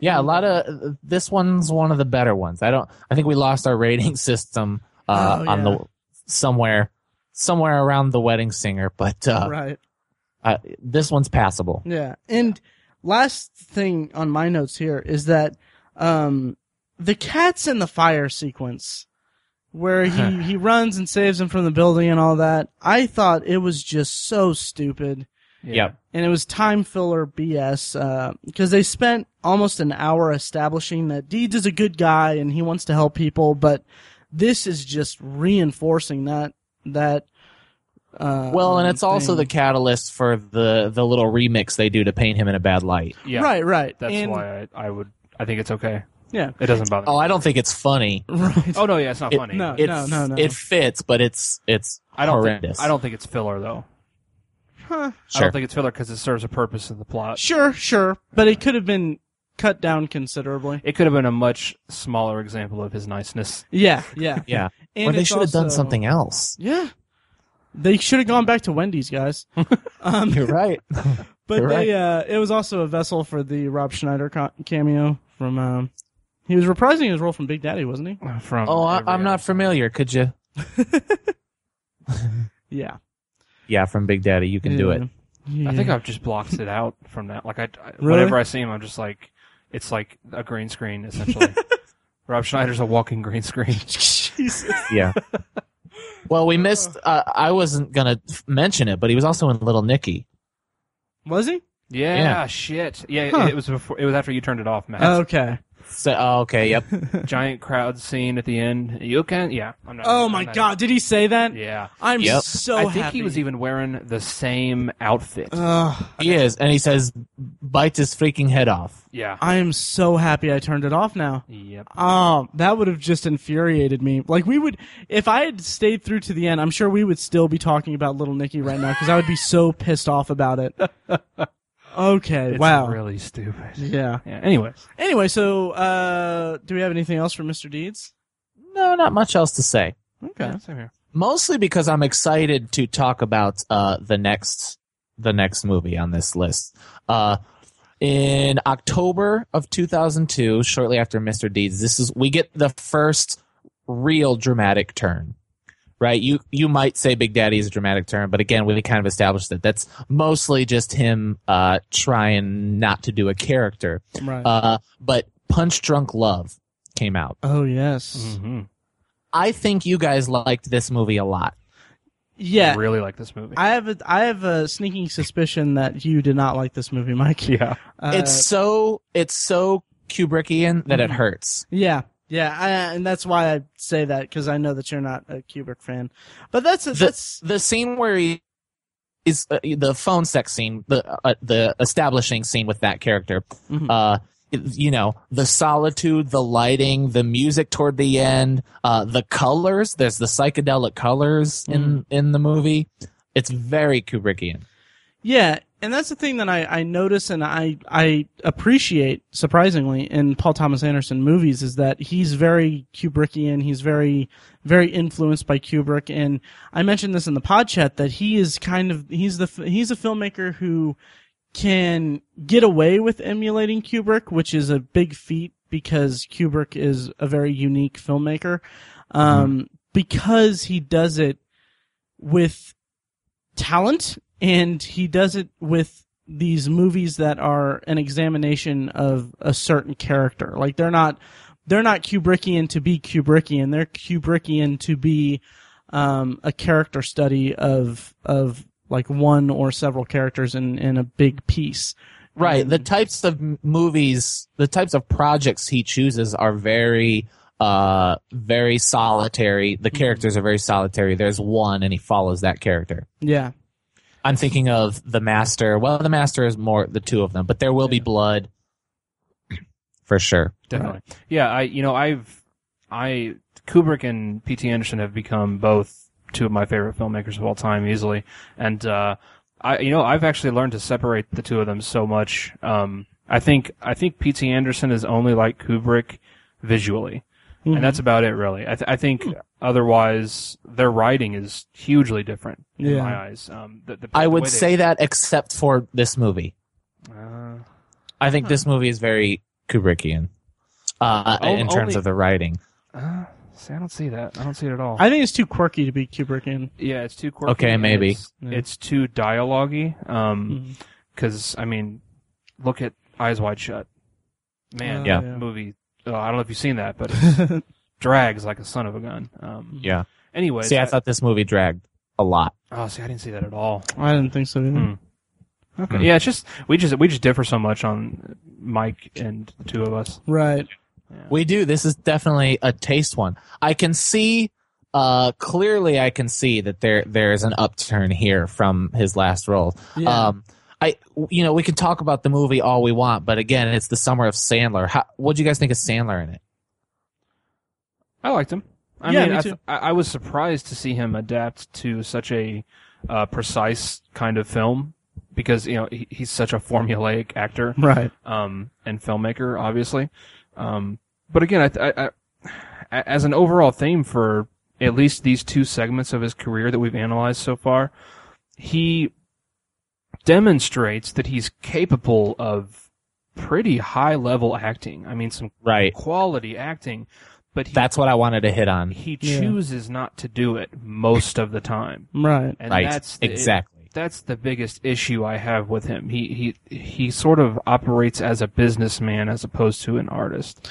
Speaker 3: Yeah, a lot of this one's one of the better ones. I don't. I think we lost our rating system uh,
Speaker 1: Oh,
Speaker 3: on
Speaker 1: yeah.
Speaker 3: the somewhere somewhere around the wedding singer, but uh,
Speaker 1: right.
Speaker 3: uh, this one's passable.
Speaker 1: Yeah. And last thing on my notes here is that um, the cats in the fire sequence where he, he runs and saves him from the building and all that. I thought it was just so stupid.
Speaker 3: Yep.
Speaker 1: And it was time filler BS because they spent almost an hour establishing that Deeds is a good guy and he wants to help people, but this is just reinforcing that that. Uh,
Speaker 3: Well, and it's also the
Speaker 1: thing.
Speaker 3: catalyst for the the little remix they do to paint him in a bad light.
Speaker 2: Yeah.
Speaker 1: right, right.
Speaker 2: That's
Speaker 1: And-
Speaker 2: why I, I would. I think it's okay.
Speaker 1: Yeah.
Speaker 2: It doesn't bother.
Speaker 3: Oh,
Speaker 2: me.
Speaker 3: I don't think it's funny.
Speaker 1: Right.
Speaker 2: Oh no, yeah, it's not
Speaker 3: It-
Speaker 2: funny.
Speaker 1: no.
Speaker 3: It's,
Speaker 1: no.
Speaker 3: It fits, but it's it's
Speaker 2: I don't.
Speaker 3: horrendous.
Speaker 2: Think, I don't think it's filler though.
Speaker 1: Huh.
Speaker 2: I
Speaker 3: Sure.
Speaker 2: don't think it's filler because it serves a purpose in the plot.
Speaker 1: Sure, sure, but it could have been cut down considerably.
Speaker 2: It could have been a much smaller example of his niceness.
Speaker 1: Yeah, yeah,
Speaker 3: Yeah.
Speaker 1: And
Speaker 3: or they
Speaker 1: it's
Speaker 3: should have done
Speaker 1: also-
Speaker 3: something else.
Speaker 1: Yeah, they should have gone back to Wendy's, guys. um,
Speaker 3: You're right.
Speaker 1: but
Speaker 3: You're right.
Speaker 1: they, uh, it was also a vessel for the Rob Schneider co- cameo from. Um, he was reprising his role from Big Daddy, wasn't he?
Speaker 2: From
Speaker 3: oh, I,
Speaker 2: every
Speaker 3: I'm not
Speaker 2: episode.
Speaker 3: familiar. Could you?
Speaker 1: Yeah,
Speaker 3: Yeah, from Big Daddy, you can do it.
Speaker 1: Yeah.
Speaker 2: I think I've just blocked it out from that. Like I, I
Speaker 1: Really?
Speaker 2: whenever I see him, I'm just like, it's like a green screen essentially. Rob Schneider's a walking green screen.
Speaker 1: Jesus.
Speaker 3: Yeah. well, we missed. Uh, I wasn't gonna f- mention it, but he was also in Little Nicky.
Speaker 1: Was he?
Speaker 2: Yeah,
Speaker 3: Yeah.
Speaker 2: shit. Yeah,
Speaker 1: Huh.
Speaker 2: it, it was before. It was after you turned it off, Matt.
Speaker 1: Okay.
Speaker 3: So, oh, okay. Yep.
Speaker 2: Giant crowd scene at the end. You can, yeah. I'm not.
Speaker 1: Oh
Speaker 2: I'm
Speaker 1: my
Speaker 2: not-
Speaker 1: God! Did he say that?
Speaker 2: Yeah.
Speaker 1: I'm
Speaker 3: Yep.
Speaker 1: so
Speaker 2: I think
Speaker 1: happy. Uh.
Speaker 2: he was even wearing the same outfit.
Speaker 1: Ugh.
Speaker 3: He is, and he says, "Bite his freaking head off."
Speaker 2: yeah.
Speaker 1: I am so happy I turned it off now.
Speaker 2: Yep.
Speaker 1: Oh, that would have just infuriated me. Like we would, if I had stayed through to the end, I'm sure we would still be talking about Little Nicky right now because I would be so pissed off about it. Okay,
Speaker 2: It's
Speaker 1: wow,
Speaker 2: really stupid.
Speaker 1: yeah.
Speaker 2: Yeah. Anyways,
Speaker 1: Anyway, so uh, do we have anything else for Mr. Deeds?
Speaker 3: No, not much else to say.
Speaker 1: Okay,
Speaker 2: Yeah, same here.
Speaker 3: Mostly because I'm excited to talk about uh, the next the next movie on this list. Uh, in October of 2002, shortly after Mr. Deeds, this is we get the first real dramatic turn. Right? You you might say Big Daddy is a dramatic turn, but again, we kind of established that that's mostly just him uh, trying not to do a character.
Speaker 1: right.
Speaker 3: Uh, but Punch Drunk Love came out.
Speaker 1: oh yes,
Speaker 3: mm-hmm.
Speaker 2: hmm
Speaker 3: I think you guys liked this movie a lot.
Speaker 1: yeah.
Speaker 2: Really like this movie.
Speaker 1: I have a I have a sneaking suspicion that you did not like this movie, Mike.
Speaker 2: yeah.
Speaker 1: Uh,
Speaker 3: it's so it's so Kubrickian that it
Speaker 1: Mhm.
Speaker 3: hurts.
Speaker 1: Yeah, yeah, I, and that's why I say that because I know that you're not a Kubrick fan. But that's a, that's
Speaker 3: The scene where he is uh, the phone sex scene, the uh, the establishing scene with that character.
Speaker 1: Mhm.
Speaker 3: Uh, it- you know the solitude, the lighting, the music toward the end, uh, the colors. There's the psychedelic colors in in the movie. It's very Kubrickian.
Speaker 1: yeah, and that's the thing that I I notice and I I appreciate surprisingly in Paul Thomas Anderson movies is that he's very Kubrickian. He's very very influenced by Kubrick, and I mentioned this in the pod chat that he is kind of he's the f- he's a filmmaker who can get away with emulating Kubrick, which is a big feat because Kubrick is a very unique filmmaker. Um, because he does it with talent and he does it with these movies that are an examination of a certain character. Like they're not, they're not Kubrickian to be Kubrickian. They're Kubrickian to be, um, a character study of, of like one or several characters in, in a big piece.
Speaker 3: Right. The
Speaker 1: Mhm.
Speaker 3: types of m- movies, the types of projects he chooses are very, uh, very solitary. The
Speaker 2: Mm-hmm.
Speaker 1: Mhm.
Speaker 3: characters are very solitary. There's one and he follows that character.
Speaker 1: Yeah.
Speaker 3: I'm thinking of The Master. Well, The Master is more the two of them, but there will be
Speaker 1: Yeah.
Speaker 3: blood for sure.
Speaker 2: Definitely. Yeah. I. You know. I've. I. Kubrick and P.T. Anderson have become both two of my favorite filmmakers of all time, easily. And uh, I. You know. I've actually learned to separate the two of them so much. Um. I think. I think P.T. Anderson is only like Kubrick visually. and
Speaker 3: Mm-hmm.
Speaker 2: that's about it really i, th- I think otherwise their writing is hugely different in
Speaker 1: Yeah.
Speaker 2: my eyes um, the, the,
Speaker 3: I
Speaker 2: the
Speaker 3: would
Speaker 2: way they-
Speaker 3: say that except for this movie.
Speaker 2: uh,
Speaker 3: I think this movie is very Kubrickian, uh,
Speaker 2: O-
Speaker 3: in terms
Speaker 2: only-
Speaker 3: of the writing.
Speaker 2: uh, see i don't see that i don't see it at all
Speaker 1: Mm-hmm. I think it's too quirky to be Kubrickian.
Speaker 2: yeah it's too quirky
Speaker 3: Okay,
Speaker 2: and
Speaker 3: maybe. Hmm.
Speaker 2: it's,
Speaker 1: Yeah.
Speaker 2: it's too dialogue-y um, cuz i mean look at eyes wide shut oh, man
Speaker 1: Uh,
Speaker 2: yeah.
Speaker 1: yeah.
Speaker 2: movie uh, i don't know if you've seen that but it's
Speaker 1: Mhm.
Speaker 2: drags like a son of a gun. Um,
Speaker 3: Yeah.
Speaker 2: Anyway,
Speaker 3: See, I thought this movie dragged a lot.
Speaker 2: oh, see, I didn't see that at all.
Speaker 1: I didn't think so either.
Speaker 2: Hmm. Okay. Yeah, it's just we just we just differ so much on Mike and the two of us.
Speaker 1: Right.
Speaker 3: We do. This is definitely a taste one. I can see uh clearly I can see that there there is an upturn here from his last role.
Speaker 1: Yeah.
Speaker 3: Um I you know, we can talk about the movie all we want, but again, it's the summer of Sandler. How, what do you guys think of Sandler in it?
Speaker 2: I liked him. I
Speaker 1: Yeah,
Speaker 2: mean,
Speaker 1: me
Speaker 2: I,
Speaker 1: too.
Speaker 2: I, I was surprised to see him adapt to such a uh, precise kind of film because you know he, he's such a formulaic actor
Speaker 1: right.
Speaker 2: um, and filmmaker, obviously. Um, but again, I, I, I, as an overall theme for at least these two segments of his career that we've analyzed so far, he demonstrates that he's capable of pretty high level acting. I mean, some
Speaker 3: Right.
Speaker 2: quality acting, but he,
Speaker 3: That's what I wanted to hit on.
Speaker 2: he
Speaker 1: Yeah.
Speaker 2: chooses not to do it most of the time.
Speaker 1: Right.
Speaker 2: And
Speaker 3: right.
Speaker 2: that's the-
Speaker 3: exactly.
Speaker 2: that's the biggest issue I have with him. He he he sort of operates as a businessman as opposed to an artist,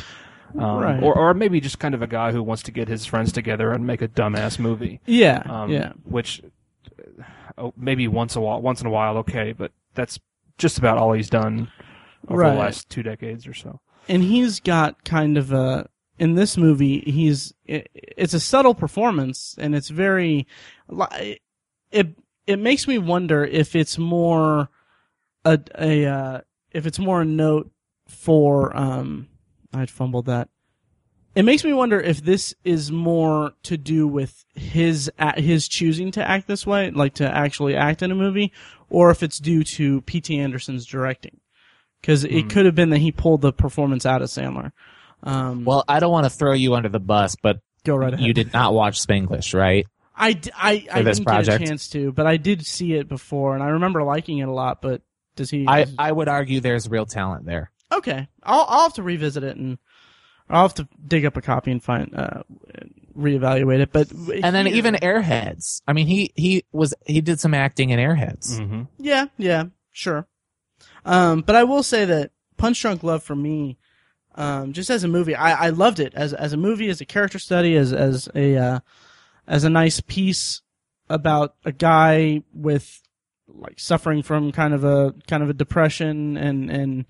Speaker 2: um,
Speaker 1: Right.
Speaker 2: or or maybe just kind of a guy who wants to get his friends together and make a dumbass movie.
Speaker 1: Yeah.
Speaker 2: Um,
Speaker 1: yeah.
Speaker 2: Which uh, oh, maybe once a while, once in a while, okay, but that's just about all he's done over
Speaker 1: Right.
Speaker 2: the last two decades or so.
Speaker 1: and he's got kind of a in this movie he's it, it's a subtle performance and it's very li- it it makes me wonder if it's more a a uh, if it's more a note for um I fumbled that it makes me wonder if this is more to do with his a- his choosing to act this way like to actually act in a movie or if it's due to P.T. Anderson's directing because it
Speaker 2: Hmm.
Speaker 1: could have been that he pulled the performance out of Sandler. Um,
Speaker 3: Well, I don't want to throw you under the bus, but
Speaker 1: go right ahead.
Speaker 3: you did not watch Spanglish, right?
Speaker 1: I, d- I, I
Speaker 3: for this
Speaker 1: didn't
Speaker 3: project.
Speaker 1: get a chance to, but I did see it before, and I remember liking it a lot. But does he?
Speaker 3: I,
Speaker 1: does-
Speaker 3: I would argue there's real talent there.
Speaker 1: okay, I'll, I'll have to revisit it, and I'll have to dig up a copy and find uh, reevaluate it. But
Speaker 3: And
Speaker 2: uh,
Speaker 3: then even Airheads. I mean, he he was he did some acting in Airheads.
Speaker 2: Mm-hmm.
Speaker 1: Yeah, yeah, sure. Um, but I will say that Punch Drunk Love for me, um, just as a movie, I, I loved it as as a movie, as a character study, as as a uh, as a nice piece about a guy with like suffering from kind of a kind of a depression and and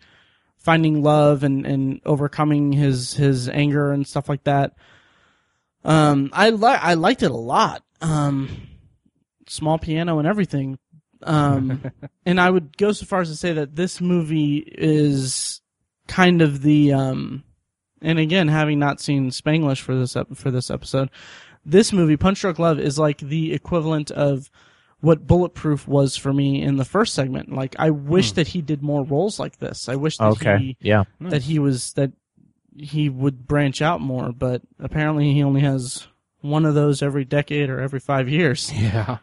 Speaker 1: finding love and and overcoming his his anger and stuff like that. Um, I li- I liked it a lot. Um, small piano and everything. Um, and I would go so far as to say that this movie is kind of the um, and again having not seen Spanglish for this ep- for this episode, this movie Punch Drunk Love is like the equivalent of what Bulletproof was for me in the first segment. Like I wish
Speaker 2: Hmm.
Speaker 1: that he did more roles like this. I wish that he
Speaker 3: Yeah.
Speaker 1: that he was that he would branch out more, but apparently he only has one of those every decade or every five years.
Speaker 2: Yeah.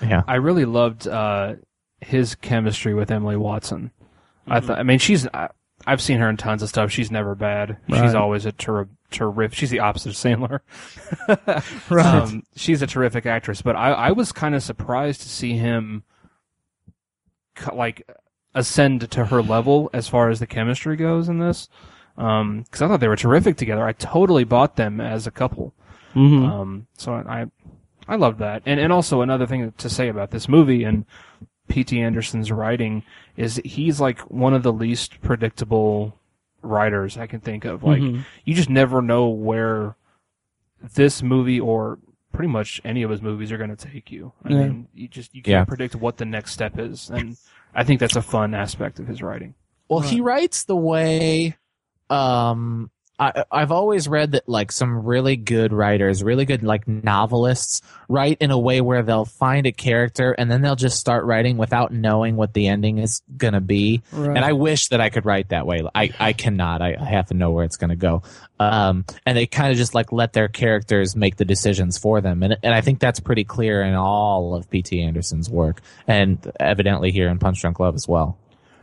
Speaker 3: Yeah.
Speaker 2: I really loved uh, his chemistry with Emily Watson. I thought. I mean, she's. I, I've seen her in tons of stuff. She's never bad. She's
Speaker 1: Right.
Speaker 2: always a ter- terrific. She's the opposite of Sandler.
Speaker 1: Right.
Speaker 2: Um, she's a terrific actress, but I, I was kind of surprised to see him, co- like, ascend to her level as far as the chemistry goes in this. Because I thought they were terrific together. I totally bought them as a couple.
Speaker 1: Mm-hmm.
Speaker 2: Um, so I, I love that. And, and also another thing to say about this movie and P.T. Anderson's writing is that he's like one of the least predictable writers I can think of. Like,
Speaker 1: Mhm.
Speaker 2: you just never know where this movie or pretty much any of his movies are going to take you. I
Speaker 1: Yeah.
Speaker 2: mean, you just, you can't
Speaker 3: Yeah.
Speaker 2: predict what the next step is. And I think that's a fun aspect of his writing.
Speaker 3: Well, he writes the way. Um, I I've always read that like some really good writers, really good like novelists, write in a way where they'll find a character and then they'll just start writing without knowing what the ending is gonna be.
Speaker 1: Right.
Speaker 3: And I wish that I could write that way. I, I cannot. I, I have to know where it's going to go. Um, and they kind of just like let their characters make the decisions for them. And, and I think that's pretty clear in all of P.T. Anderson's work and evidently here in Punch Drunk Love as well.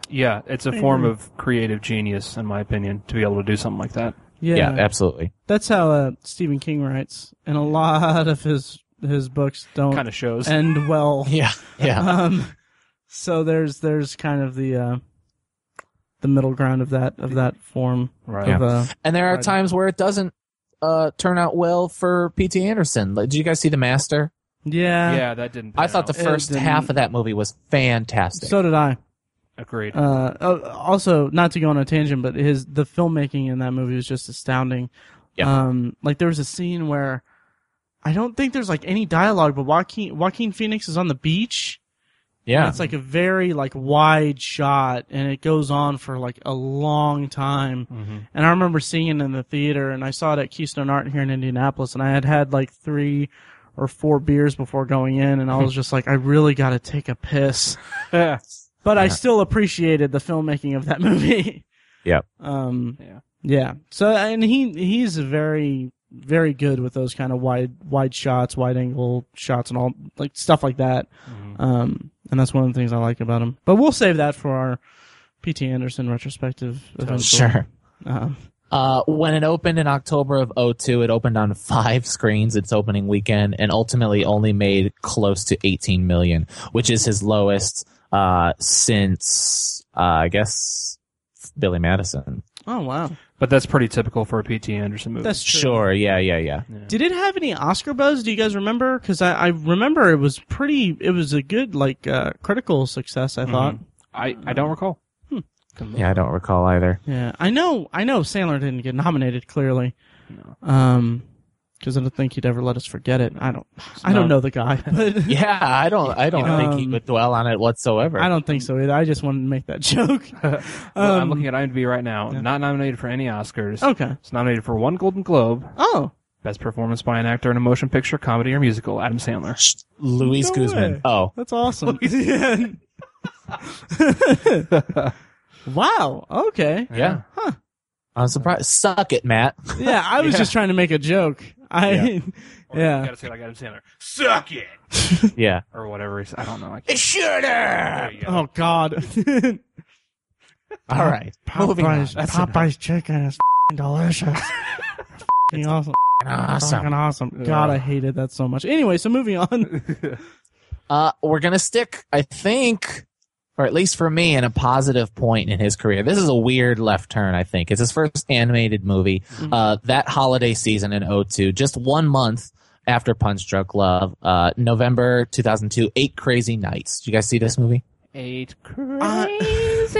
Speaker 2: Yeah, it's a form of creative genius, in my opinion, to be able to do something like that.
Speaker 1: yeah.
Speaker 3: Yeah, absolutely.
Speaker 1: That's how uh, Stephen King writes, and a lot of his his books don't
Speaker 2: Kind of shows.
Speaker 1: end well.
Speaker 3: Yeah. Yeah.
Speaker 1: Um, so there's there's kind of the uh, the middle ground of that of that form
Speaker 2: Right.
Speaker 1: of uh,
Speaker 3: And there are
Speaker 1: Right.
Speaker 3: times where it doesn't uh, turn out well for P.T. Anderson. Like, did you guys see The Master?
Speaker 1: Yeah.
Speaker 2: yeah, that didn't.
Speaker 3: I
Speaker 2: pan
Speaker 3: thought the
Speaker 2: out.
Speaker 1: It
Speaker 3: first
Speaker 1: didn't-
Speaker 3: half of that movie was fantastic.
Speaker 1: So did I.
Speaker 2: agreed.
Speaker 1: Uh, oh, also, not to go on a tangent, but his the filmmaking in that movie was just astounding.
Speaker 3: Yeah.
Speaker 1: Um, like there was a scene where I don't think there's like any dialogue, but Joaquin Joaquin Phoenix is on the beach.
Speaker 3: yeah,
Speaker 1: And it's like a very like wide shot, and it goes on for like a long time.
Speaker 2: hmm
Speaker 1: And I remember seeing it in the theater, and I saw it at Keystone Art here in Indianapolis, and I had had like three or four beers before going in, and I was just like, I really got to take a piss.
Speaker 2: Yeah.
Speaker 1: But I
Speaker 3: Yeah.
Speaker 1: still appreciated the filmmaking of that movie.
Speaker 3: Yep.
Speaker 1: Um.
Speaker 2: Yeah.
Speaker 1: Yeah. So, and he he's very very good with those kind of wide wide shots, wide angle shots, and all like stuff like that.
Speaker 2: Mhm.
Speaker 1: Um. And that's one of the things I like about him. But we'll save that for our P.T. Anderson retrospective. Eventually.
Speaker 3: sure.
Speaker 1: Um,
Speaker 3: Uh, when it opened in October of 02, it opened on five screens its opening weekend and ultimately only made close to 18 million, which is his lowest uh, since, uh, I guess, Billy Madison.
Speaker 1: oh wow.
Speaker 2: But that's pretty typical for a P.T. Anderson movie.
Speaker 1: That's true.
Speaker 3: Sure, yeah, yeah, yeah.
Speaker 2: Yeah.
Speaker 1: Did it have any Oscar buzz? Do you guys remember? Because I, I remember it was pretty. It was a good like uh, critical success. I thought.
Speaker 2: I, I don't recall.
Speaker 1: Hmm.
Speaker 2: Couldn't look.
Speaker 3: Yeah, I don't recall either.
Speaker 1: Yeah, I know. I know Sandler didn't get nominated clearly.
Speaker 2: No.
Speaker 1: Um, because I don't think he'd ever let us forget it. I don't. I don't
Speaker 2: No.
Speaker 1: know the guy, but
Speaker 3: Yeah, I don't. I don't
Speaker 1: Yeah.
Speaker 3: think he
Speaker 1: Um,
Speaker 3: would dwell on it whatsoever.
Speaker 1: I don't think so either. I just wanted to make that joke.
Speaker 2: Well,
Speaker 1: Um,
Speaker 2: I'm looking at IMDb right now.
Speaker 1: yeah. Oh.
Speaker 2: Not nominated for any Oscars.
Speaker 1: Okay.
Speaker 2: It's nominated for one Golden Globe,
Speaker 1: Oh,
Speaker 2: Best Performance by an Actor in a Motion Picture, Comedy, or Musical. Adam Sandler.
Speaker 3: Shh, Luis
Speaker 1: No
Speaker 3: Guzman.
Speaker 1: way.
Speaker 3: Oh,
Speaker 1: that's awesome. wow. Okay.
Speaker 3: Yeah. I'm surprised. Suck it, Matt.
Speaker 1: Yeah, I was
Speaker 2: Yeah.
Speaker 1: just trying to make a joke. I.
Speaker 2: Or You
Speaker 1: Yeah.
Speaker 2: gotta say it like Adam Sandler. Suck it.
Speaker 3: yeah.
Speaker 2: Or whatever. He's, I don't know. I can't.
Speaker 3: Shooter.
Speaker 2: there you go.
Speaker 1: Oh God.
Speaker 3: All right. Moving on.
Speaker 1: Popeye's,
Speaker 2: That's
Speaker 1: Popeye's chicken is f***ing delicious. Fucking awesome.
Speaker 3: Awesome.
Speaker 1: Fucking awesome. God, I hated that so much. Anyway, so moving on.
Speaker 3: Uh, we're gonna stick, I think, or at least for me, in a positive point in his career. This is a weird left turn. I think it's his first animated movie.
Speaker 1: Mhm.
Speaker 3: Uh, that holiday season in 02, just one month after Punch Drunk Love, uh, November 2002, Eight Crazy Nights. Did you guys see this movie?
Speaker 2: Eight
Speaker 1: Oh,
Speaker 3: Uh,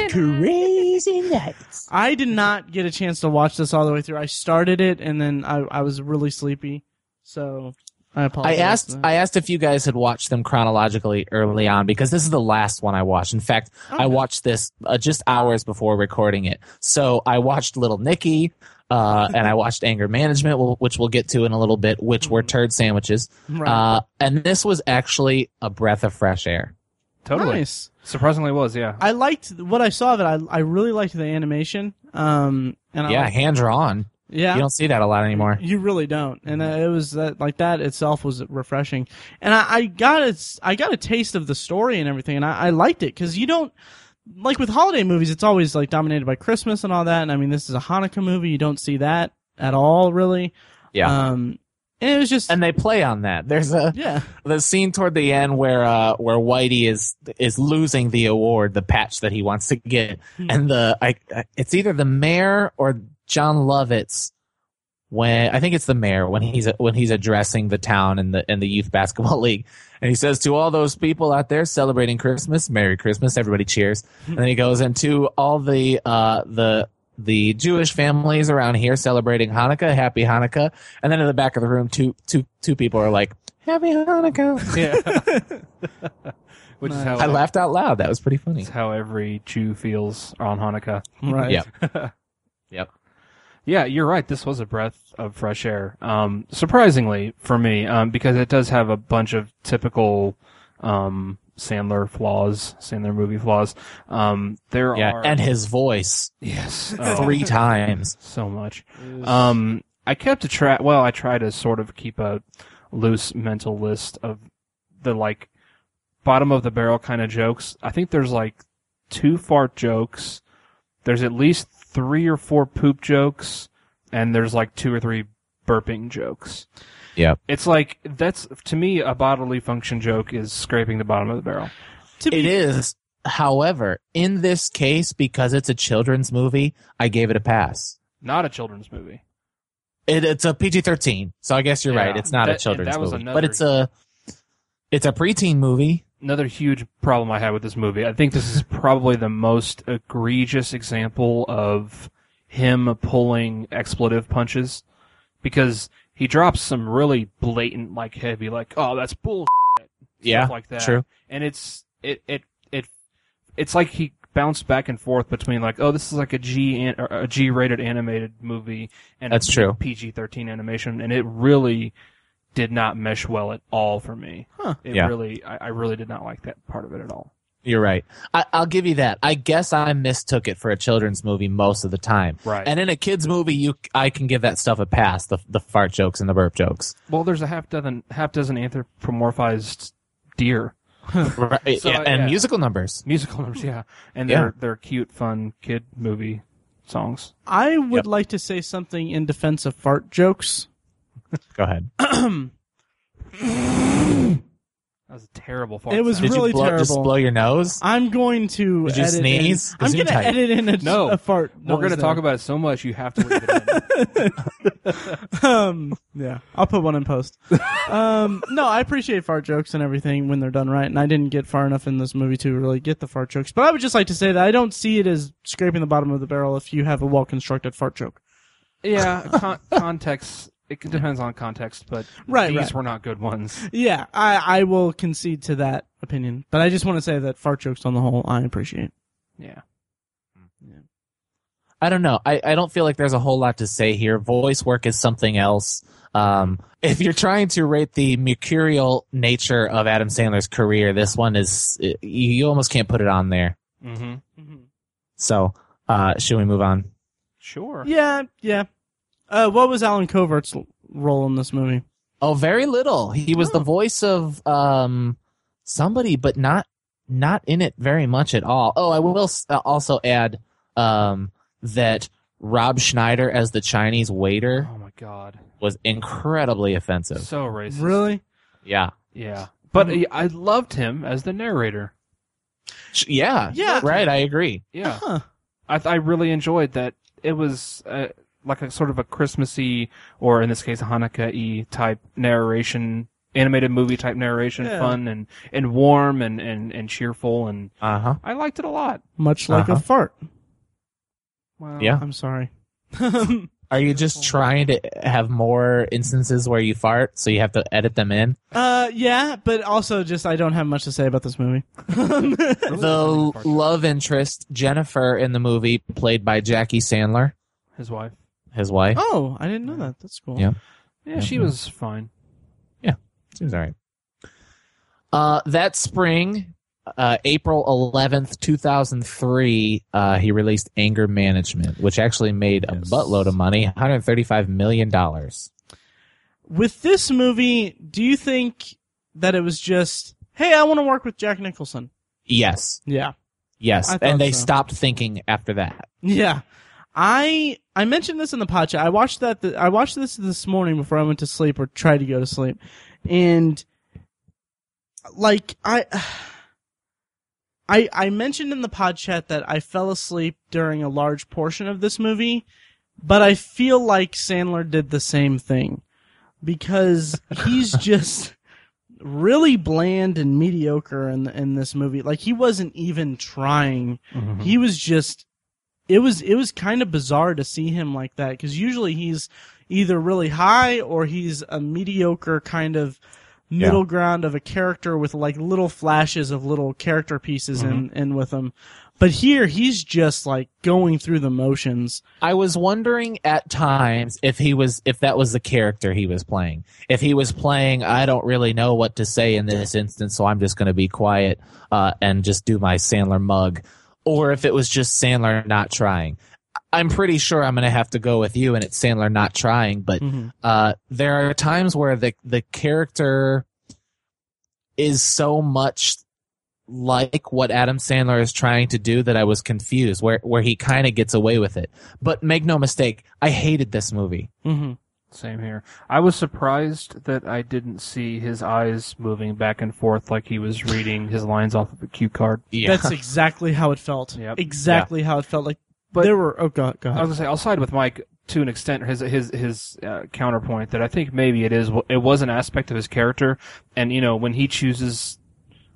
Speaker 3: Crazy Nights.
Speaker 1: I did not get a chance to watch this all the way through. I started it and then I, I was really sleepy. So I
Speaker 3: I
Speaker 1: apologize.
Speaker 3: asked I asked if you guys had watched them chronologically early on because this is the last one I watched. In fact,
Speaker 1: Oh,
Speaker 3: I watched this uh, just hours before recording it. So I watched Little Nicky uh, and I watched Anger Management, wh- which we'll get to in a little bit, which were turd sandwiches.
Speaker 1: Mm-hmm. Right.
Speaker 3: Uh, and this was actually a breath of fresh air.
Speaker 2: Totally.
Speaker 1: Nice.
Speaker 2: Surprisingly was, yeah.
Speaker 1: I liked what I saw. That I I really liked the animation. Um, and I
Speaker 3: yeah,
Speaker 1: liked-
Speaker 3: hand drawn.
Speaker 1: yeah.
Speaker 3: You don't see that a lot anymore.
Speaker 1: You really don't, and
Speaker 3: Mm-hmm.
Speaker 1: uh, it was that like that itself was refreshing, and I, I got a, I got a taste of the story and everything, and I, I liked it because you don't like with holiday movies, it's always like dominated by Christmas and all that, and I mean this is a Hanukkah movie, you don't see that at all really,
Speaker 3: Yeah.
Speaker 1: um, and it was just
Speaker 3: and uh, they play on that. There's a
Speaker 1: yeah,
Speaker 3: the scene toward the end where uh where Whitey is is losing the award, the patch that he wants to get,
Speaker 1: Hmm.
Speaker 3: and the I, I- it's either the mayor or John Lovitz when I think it's the mayor when he's when he's addressing the town and the and the youth basketball league, and he says to all those people out there celebrating Christmas, Merry Christmas, everybody cheers, and then he goes into all the uh the the Jewish families around here celebrating Hanukkah, Happy Hanukkah, and then in the back of the room, two two two people are like. Happy Hanukkah.
Speaker 2: yeah. Which is
Speaker 1: Nice.
Speaker 2: how
Speaker 3: I laughed out loud. That was pretty funny.
Speaker 2: It's how every Jew feels on Hanukkah.
Speaker 1: right,
Speaker 3: Yeah. Yep.
Speaker 2: Yeah, you're right. This was a breath of fresh air. Um, surprisingly for me, um, because it does have a bunch of typical um, Sandler flaws, Sandler movie flaws. Um, there
Speaker 3: Yeah,
Speaker 2: are
Speaker 3: and his voice
Speaker 2: yes,
Speaker 3: three
Speaker 2: oh,
Speaker 3: times.
Speaker 2: so much. Um, I kept a track. Well, I try to sort of keep a loose mental list of the like bottom of the barrel kind of jokes. I think there's like two fart jokes. There's at least three or four poop jokes, and there's like two or three burping jokes.
Speaker 3: Yep.
Speaker 2: It's like that's to me a bodily function joke is scraping the bottom of the barrel.
Speaker 1: to
Speaker 3: It
Speaker 1: be
Speaker 3: is, however, in this case, because it's a children's movie, I gave it a pass.
Speaker 2: Not a children's movie.
Speaker 3: It, it's a PG thirteen, so I guess you're
Speaker 2: Yeah.
Speaker 3: right. It's not
Speaker 2: That-
Speaker 3: a children's
Speaker 2: that was
Speaker 3: movie,
Speaker 2: another-
Speaker 3: but it's a it's a preteen movie.
Speaker 2: Another huge problem I had with this movie. I think this is probably the most egregious example of him pulling expletive punches because he drops some really blatant, like heavy, like "oh, that's bull,"
Speaker 3: Yeah,
Speaker 2: stuff like that.
Speaker 3: true.
Speaker 2: and it's it it it it's like he bounced back and forth between like oh this is like a G an, or a G rated animated movie and
Speaker 3: That's true.
Speaker 2: PG thirteen animation and it really did not mesh well at all for me.
Speaker 1: Huh.
Speaker 2: It
Speaker 3: Yeah.
Speaker 2: really I, I really did not like that part of it at all.
Speaker 3: You're right. I, I'll give you that. I guess I mistook it for a children's movie most of the time.
Speaker 2: Right.
Speaker 3: And in a kids movie, you I can give that stuff a pass. The the fart jokes and the burp jokes.
Speaker 2: well, there's a half dozen half dozen anthropomorphized deer
Speaker 3: Right.
Speaker 2: So,
Speaker 3: and
Speaker 2: yeah.
Speaker 3: musical numbers.
Speaker 2: musical numbers, yeah, and
Speaker 3: Yeah.
Speaker 2: they're they're cute, fun kid movie songs.
Speaker 1: I would
Speaker 3: Yep.
Speaker 1: like to say something in defense of fart jokes.
Speaker 3: Go ahead.
Speaker 2: That was a terrible fart.
Speaker 1: It was
Speaker 2: sound.
Speaker 3: Did
Speaker 1: Really
Speaker 3: you blow, just
Speaker 1: terrible.
Speaker 3: blow your nose?
Speaker 1: I'm going to
Speaker 3: Did you
Speaker 1: edit in-
Speaker 3: sneeze? 'Cause
Speaker 1: I'm
Speaker 3: you're
Speaker 1: going to
Speaker 3: tight.
Speaker 1: edit in a,
Speaker 2: No.
Speaker 1: a fart.
Speaker 2: We're
Speaker 1: going
Speaker 2: gonna talk about it so much you have to leave it in.
Speaker 1: um, yeah, I'll put one in post. Um, no, I appreciate fart jokes and everything when they're done right, and I didn't get far enough in this movie to really get the fart jokes. But I would just like to say that I don't see it as scraping the bottom of the barrel if you have a well constructed fart joke.
Speaker 2: Yeah, con- context. It can- depends on context, but
Speaker 1: Right,
Speaker 2: these
Speaker 1: right.
Speaker 2: were not good ones.
Speaker 1: Yeah, I, I will concede to that opinion, but I just want to say that fart jokes on the whole, I appreciate.
Speaker 2: Yeah,
Speaker 3: I don't know. I, I don't feel like there's a whole lot to say here. Voice work is something else. Um, if you're trying to rate the mercurial nature of Adam Sandler's career, this one is you- you almost can't put it on there.
Speaker 2: mm-hmm.
Speaker 3: So, uh, should we move on?
Speaker 2: sure.
Speaker 1: Yeah, yeah. Uh, what was Alan Covert's l- role in this movie?
Speaker 3: Oh, very little. He was the voice of um somebody, but not not in it very much at all. Oh, I will s- uh, also add um that Rob Schneider as the Chinese waiter
Speaker 2: Oh my god,
Speaker 3: was incredibly offensive.
Speaker 2: so racist.
Speaker 1: Really? Mm-hmm.
Speaker 3: Yeah,
Speaker 2: Yeah, but uh, I loved him as the narrator.
Speaker 3: Sh- yeah,
Speaker 1: Yeah.
Speaker 3: Right, I agree.
Speaker 2: Yeah,
Speaker 1: Huh.
Speaker 2: I I really enjoyed that. It was uh, like a sort of a Christmassy, or in this case, Hanukkah-y type narration, animated movie type narration,
Speaker 1: Yeah.
Speaker 2: fun and and warm and and and cheerful, and
Speaker 3: Uh huh.
Speaker 2: I liked it a lot.
Speaker 1: Much like a
Speaker 3: Uh-huh.
Speaker 1: fart.
Speaker 2: Well,
Speaker 3: Yeah.
Speaker 1: I'm sorry.
Speaker 3: Are you just trying to have more instances where you fart, so you have to edit them in?
Speaker 1: Uh, yeah, but also just I don't have much to say about this movie.
Speaker 3: The love interest Jennifer in the movie, played by Jackie Sandler,
Speaker 2: his wife.
Speaker 3: his wife.
Speaker 1: oh, I didn't know that. That's cool.
Speaker 3: Yeah.
Speaker 2: Yeah, she
Speaker 3: Mhm.
Speaker 2: was fine.
Speaker 3: Seems all right. Uh, that spring, uh, April 11th, 2003, uh, he released Anger Management, which actually made a
Speaker 2: Yes.
Speaker 3: buttload of money $135 million.
Speaker 1: With this movie, do you think that it was just, hey, I want to work with Jack Nicholson?
Speaker 3: Yes.
Speaker 1: Yeah. I
Speaker 3: Yes.
Speaker 1: thought
Speaker 3: And they
Speaker 1: so.
Speaker 3: stopped thinking after that.
Speaker 1: Yeah. I I mentioned this in the podcast. I watched that th- I watched this this morning before I went to sleep or tried to go to sleep. And like I I I mentioned in the pod chat that I fell asleep during a large portion of this movie, but I feel like Sandler did the same thing because he's just really bland and mediocre in in this movie. Like he wasn't even trying
Speaker 2: Mm-hmm.
Speaker 1: he was just it was it was kind of bizarre to see him like that because usually he's either really high or he's a mediocre kind of middle ground of a character with like little flashes of little character pieces in,
Speaker 2: Mm-hmm.
Speaker 1: in with him but here he's just like going through the motions
Speaker 3: I was wondering at times if he was if that was the character he was playing. If he was playing, I don't really know what to say in this instance, so I'm just going to be quiet uh, and just do my Sandler mug, or if it was just Sandler not trying. I'm pretty sure I'm going to have to go with you, and it's Sandler not trying. But
Speaker 2: Mm-hmm.
Speaker 3: uh, there are times where the the character is so much like what Adam Sandler is trying to do that I was confused where where he kind of gets away with it. But make no mistake, I hated this movie.
Speaker 1: mm-hmm.
Speaker 2: Same here. I was surprised that I didn't see his eyes moving back and forth like he was reading his lines off of a cue card.
Speaker 3: Yeah.
Speaker 1: that's exactly how it felt
Speaker 2: Yep.
Speaker 1: exactly how it felt like
Speaker 2: But-
Speaker 1: there were oh god
Speaker 2: I
Speaker 1: god
Speaker 2: was gonna say, I'll side with Mike. to an extent his his his uh, counterpoint that I think maybe it is it was an aspect of his character, and you know when he chooses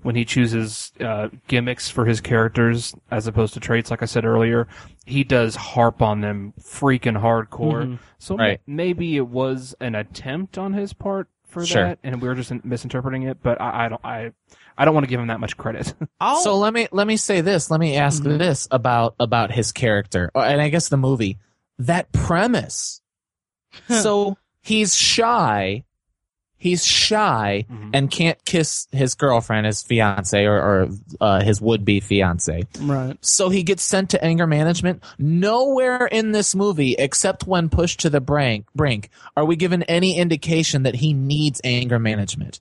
Speaker 2: when he chooses uh, gimmicks for his characters as opposed to traits, like I said earlier, he does harp on them freaking hardcore.
Speaker 1: Mhm.
Speaker 2: So
Speaker 3: Right.
Speaker 2: ma- maybe it was an attempt on his part for
Speaker 3: Sure.
Speaker 2: that, and we were just in- misinterpreting it. But I, I don't I I don't want to give him that much credit.
Speaker 1: I'll,
Speaker 3: So let me let me say this. Let me ask
Speaker 1: Mhm.
Speaker 3: this about about his character, uh, and I guess the movie. That premise. so he's shy. He's shy
Speaker 2: Mhm.
Speaker 3: and can't kiss his girlfriend, his fiance, or, or uh, his would be fiance.
Speaker 1: right.
Speaker 3: So he gets sent to anger management. Nowhere in this movie, except when pushed to the brink, brink, are we given any indication that he needs anger management.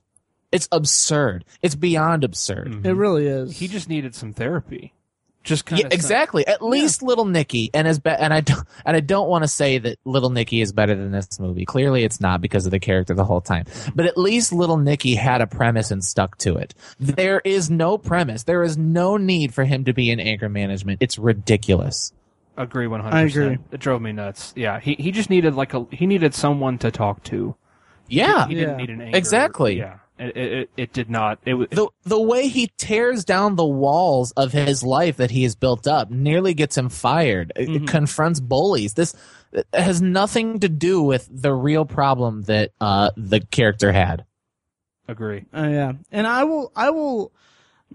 Speaker 3: It's absurd. It's beyond absurd.
Speaker 2: Mhm.
Speaker 1: It really is.
Speaker 2: He just needed some therapy. Just kind
Speaker 3: Mm-hmm. Yeah,
Speaker 2: of
Speaker 3: exactly. At least Little Nicky, and as be- and I don't, and I don't want to say that Little Nicky is better than this movie. Clearly, it's not because of the character the whole time. But at least Little Nicky had a premise and stuck to it. There is no premise. There is no need for him to be in anger management. It's ridiculous.
Speaker 2: Agree one hundred.
Speaker 1: I agree.
Speaker 2: It drove me nuts. Yeah, he he just needed like a he needed someone to talk to.
Speaker 3: Yeah,
Speaker 2: he didn't
Speaker 1: Yeah.
Speaker 2: need an anger.
Speaker 3: Exactly.
Speaker 2: Yeah, it it, it, it did not. It was
Speaker 3: the the way he tears down the walls of his life that he has built up nearly gets him fired It- it
Speaker 1: Mhm.
Speaker 3: confronts bullies this it has nothing to do with the real problem that uh, the character had
Speaker 2: agree.
Speaker 1: Uh, yeah, and I will. I will.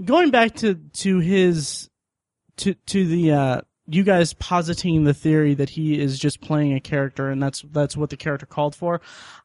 Speaker 1: Going back to to his to to the uh, you guys positing the theory that he is just playing a character, and that's that's what the character called for.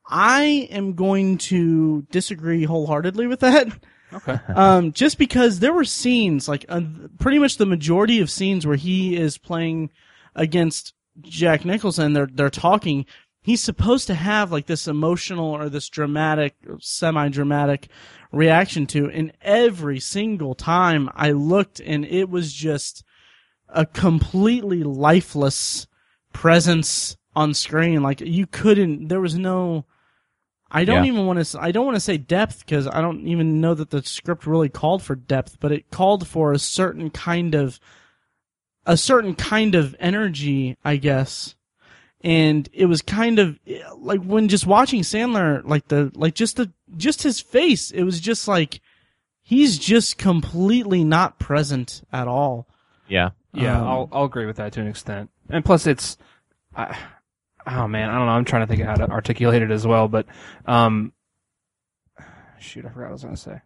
Speaker 1: I am going to disagree wholeheartedly with that.
Speaker 2: Okay.
Speaker 1: Um, just because there were scenes, like uh, pretty much the majority of scenes where he is playing against Jack Nicholson, they're they're talking. He's supposed to have like this emotional or this dramatic, semi dramatic reaction to, and every single time I looked, and it was just a completely lifeless presence on screen. Like you couldn't, there was no. I don't even want to. I don't want to say depth because I don't even know that the script really called for depth, but it called for a certain kind of, a certain kind of energy, I guess. And it was kind of eh, like when just watching Sandler, like the like just the just his face, it was just like he's just completely not present at all.
Speaker 3: yeah
Speaker 2: Yeah,
Speaker 1: Um,
Speaker 2: I'll I'll agree with that to an extent. And plus, it's, I, oh man, I don't know. I'm trying to think of how to articulate it as well, but, um, shoot, I forgot what I was gonna say.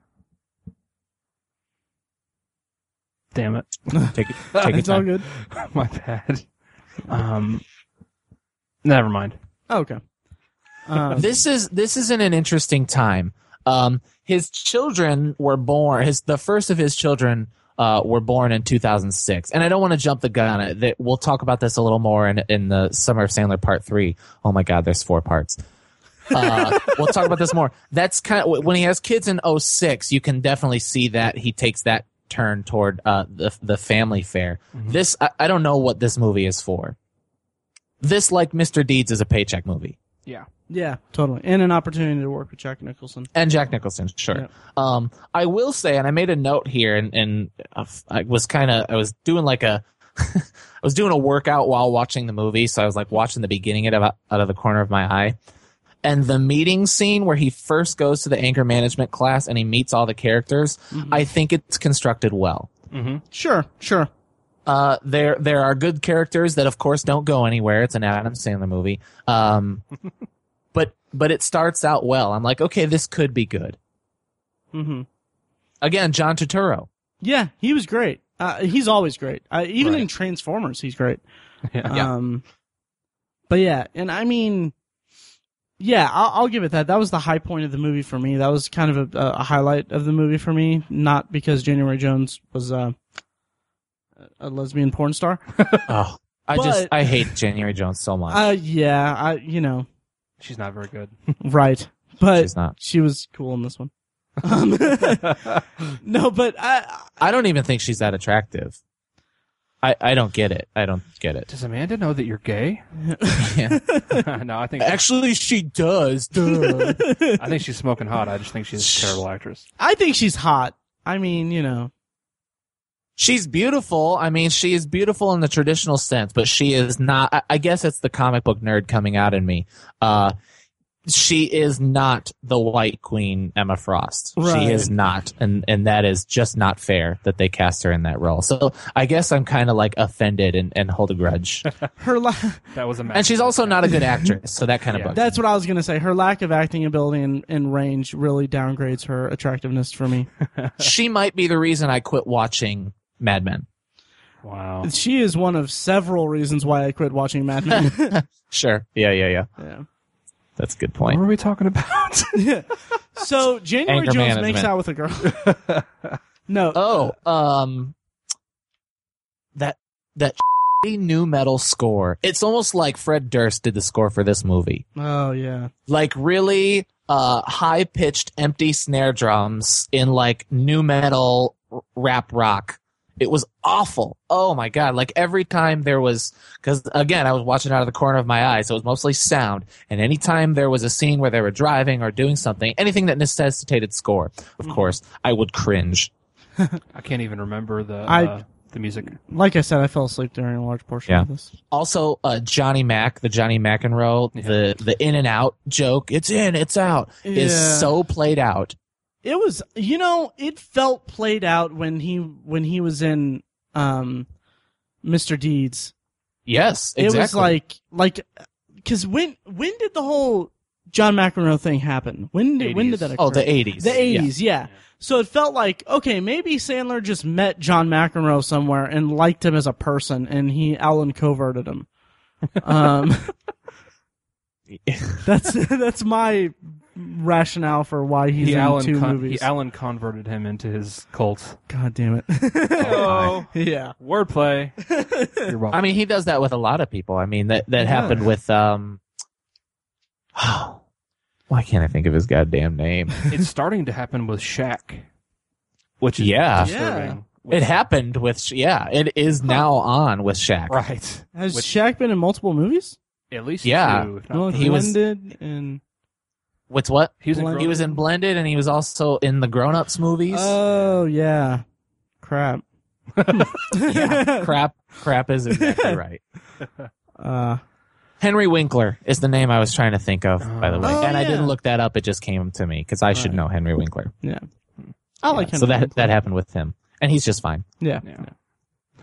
Speaker 2: Damn it,
Speaker 3: take, it- take it
Speaker 1: it's all
Speaker 3: time.
Speaker 1: good.
Speaker 2: my bad. Um, never mind.
Speaker 1: Oh, okay. Um,
Speaker 3: this is this is in an interesting time um, his children were born his the first of his children uh, were born in 2006 and i don't want to jump the gun uh, that we'll talk about this a little more in, in the summer of sandler part three. Oh my god there's four parts uh, we'll talk about this more. That's kind of when he has kids in 06, you can definitely see that he takes that turn toward uh, the the family fair.
Speaker 2: Mhm.
Speaker 3: This I, I don't know what this movie is for. This like Mr. Deeds is a paycheck movie.
Speaker 1: yeah, totally, and an opportunity to work with Jack Nicholson.
Speaker 3: and Jack Nicholson, sure.
Speaker 1: Yeah.
Speaker 3: Um, I will say, and I made a note here, and and uh, I was kind of I was doing like a I was doing a workout while watching the movie, so I was like watching the beginning of it out, out of the corner of my eye, and the meeting scene where he first goes to the anger management class and he meets all the characters.
Speaker 1: Mhm.
Speaker 3: I think it's constructed well.
Speaker 2: Mm-hmm.
Speaker 1: Sure, sure.
Speaker 3: Uh, there there are good characters that of course don't go anywhere. It's an Adam Sandler movie. Um, but but it starts out well. I'm like, okay, this could be good.
Speaker 1: hmm
Speaker 3: Again, John Turturro.
Speaker 1: Yeah, he was great. Uh, he's always great. Uh, even
Speaker 2: Right.
Speaker 1: in Transformers, he's great.
Speaker 2: Yeah.
Speaker 3: Yeah.
Speaker 1: Um, but yeah, and I mean, yeah, I'll, I'll give it that. That was the high point of the movie for me. That was kind of a, a highlight of the movie for me. Not because January Jones was uh, a lesbian porn star.
Speaker 3: Oh, I just
Speaker 1: But-
Speaker 3: I hate January Jones so much.
Speaker 1: Uh, yeah, I you know
Speaker 2: She's not very good.
Speaker 1: right, but
Speaker 3: She's not.
Speaker 1: she was cool in this one. Um, no, but I,
Speaker 3: I don't even think she's that attractive. I I don't get it. I don't get it.
Speaker 2: Does Amanda know that you're gay? no, I think
Speaker 3: Actually, she does. duh.
Speaker 2: I think she's smoking hot. I just think she's a terrible actress.
Speaker 1: I think she's hot. I mean, you know,
Speaker 3: She's beautiful. I mean, she is beautiful in the traditional sense, but she is not. I, I guess it's the comic book nerd coming out in me. Uh, she is not the White Queen Emma Frost.
Speaker 1: Right.
Speaker 3: She is not, and and that is just not fair that they cast her in that role. So I guess I'm kind of like offended and, and hold a grudge.
Speaker 1: Her la-
Speaker 2: That was a mess.
Speaker 3: and she's also not a good actress, so that kind of
Speaker 2: Yeah.
Speaker 3: bugs. me.
Speaker 1: that's what I was gonna say. Her lack of acting ability and, and range really downgrades her attractiveness for me.
Speaker 3: she might be the reason I quit watching Mad Men.
Speaker 2: Wow.
Speaker 1: She is one of several reasons why I quit watching Mad Men.
Speaker 3: Sure. Yeah, yeah, yeah.
Speaker 1: yeah.
Speaker 3: That's a good
Speaker 2: What
Speaker 3: point.
Speaker 2: were we talking about?
Speaker 1: So January
Speaker 3: Anger
Speaker 1: Jones
Speaker 3: management.
Speaker 1: makes out with a girl. no,
Speaker 3: Oh, um, that that new metal score. It's almost like Fred Durst did the score for this movie.
Speaker 1: oh yeah,
Speaker 3: Like really uh high pitched empty snare drums in like new metal r- rap rock. It was awful. Oh my god! Like every time there was, because again, I was watching out of the corner of my eye, so it was mostly sound. And anytime there was a scene where they were driving or doing something, anything that necessitated score,
Speaker 1: Mm-hmm.
Speaker 3: of course, I would cringe.
Speaker 2: I can't even remember the
Speaker 1: I-
Speaker 2: uh, the music.
Speaker 1: like I said, I fell asleep during a large portion
Speaker 3: Yeah.
Speaker 1: of this.
Speaker 3: also uh, Johnny Mac, the Johnny McEnroe, the the in and out joke. It's in, it's out
Speaker 1: Yeah.
Speaker 3: is so played out.
Speaker 1: It was, you know, it felt played out when he when he was in um, Mr. Deeds.
Speaker 3: Yes, exactly.
Speaker 1: It was like like because when when did the whole John McEnroe thing happen? When did when did
Speaker 2: 80s.
Speaker 1: that occur?
Speaker 3: oh the eighties.
Speaker 1: The eighties, yeah. So it felt like okay, maybe Sandler just met John McEnroe somewhere and liked him as a person, and he Alan coverted him. Um, that's that's my rationale for why he's
Speaker 2: He
Speaker 1: in
Speaker 2: Alan,
Speaker 1: two
Speaker 2: con-
Speaker 1: movies.
Speaker 2: he Alan converted him into his cult.
Speaker 1: God damn it!
Speaker 2: Oh,
Speaker 1: yeah,
Speaker 2: wordplay. You're welcome.
Speaker 3: I mean, he does that with a lot of people. I mean, that that
Speaker 2: Yeah.
Speaker 3: happened with um. why can't I think of his goddamn name?
Speaker 2: it's starting to happen with Shaq, which is
Speaker 3: Yeah.
Speaker 2: disturbing.
Speaker 3: It happened with Sh- yeah. It is now on with Shaq.
Speaker 2: right.
Speaker 1: has
Speaker 2: Which-
Speaker 1: Shaq been in multiple movies?
Speaker 2: At least
Speaker 3: Yeah.
Speaker 2: two. If not
Speaker 1: No,
Speaker 2: three.
Speaker 3: he was-
Speaker 1: Blended and
Speaker 3: With what?
Speaker 2: He was in
Speaker 1: Blend-
Speaker 3: He was in Blended, and he was also in the Grown Ups movies.
Speaker 1: oh yeah, crap.
Speaker 3: yeah, crap, crap is exactly right.
Speaker 1: Uh,
Speaker 3: Henry Winkler is the name I was trying to think of, by the way.
Speaker 1: Oh,
Speaker 3: and I
Speaker 1: yeah.
Speaker 3: didn't look that up. It just came to me because I should
Speaker 1: Right.
Speaker 3: know Henry Winkler.
Speaker 1: I like
Speaker 3: Yeah,
Speaker 1: him.
Speaker 3: so that that happened with him, and he's just fine.
Speaker 1: yeah.
Speaker 2: Yeah.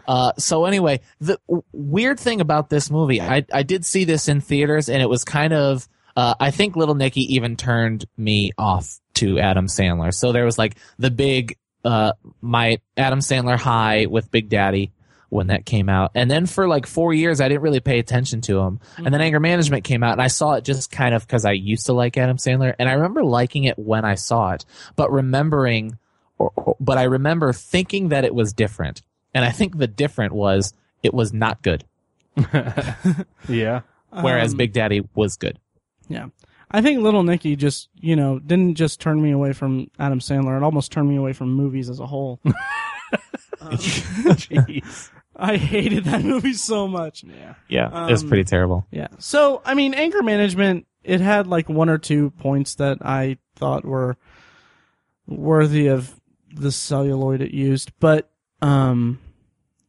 Speaker 3: Uh, so anyway, the w- weird thing about this movie, I I did see this in theaters, and it was kind of. Uh, I think Little Nicky even turned me off to Adam Sandler. So there was like the big, uh, my Adam Sandler high with Big Daddy when that came out. And then for like four years, I didn't really pay attention to him. And then Anger Management came out, and I saw it just kind of because I used to like Adam Sandler, and I remember liking it when I saw it, but remembering, or, or- but I remember thinking that it was different, and I think the different was it was not good,
Speaker 2: yeah.
Speaker 3: whereas
Speaker 1: Um,
Speaker 3: Big Daddy was good.
Speaker 1: I think Little Nicky just, you know, didn't just turn me away from Adam Sandler. It almost turned me away from movies as a whole. Um,
Speaker 2: Jeez.
Speaker 1: I hated that movie so much.
Speaker 2: Yeah.
Speaker 3: Yeah,
Speaker 1: it was Um, pretty
Speaker 3: terrible.
Speaker 1: Yeah. So, I mean, anger management, it had like one or two points that I thought were worthy of the celluloid it used, but, um,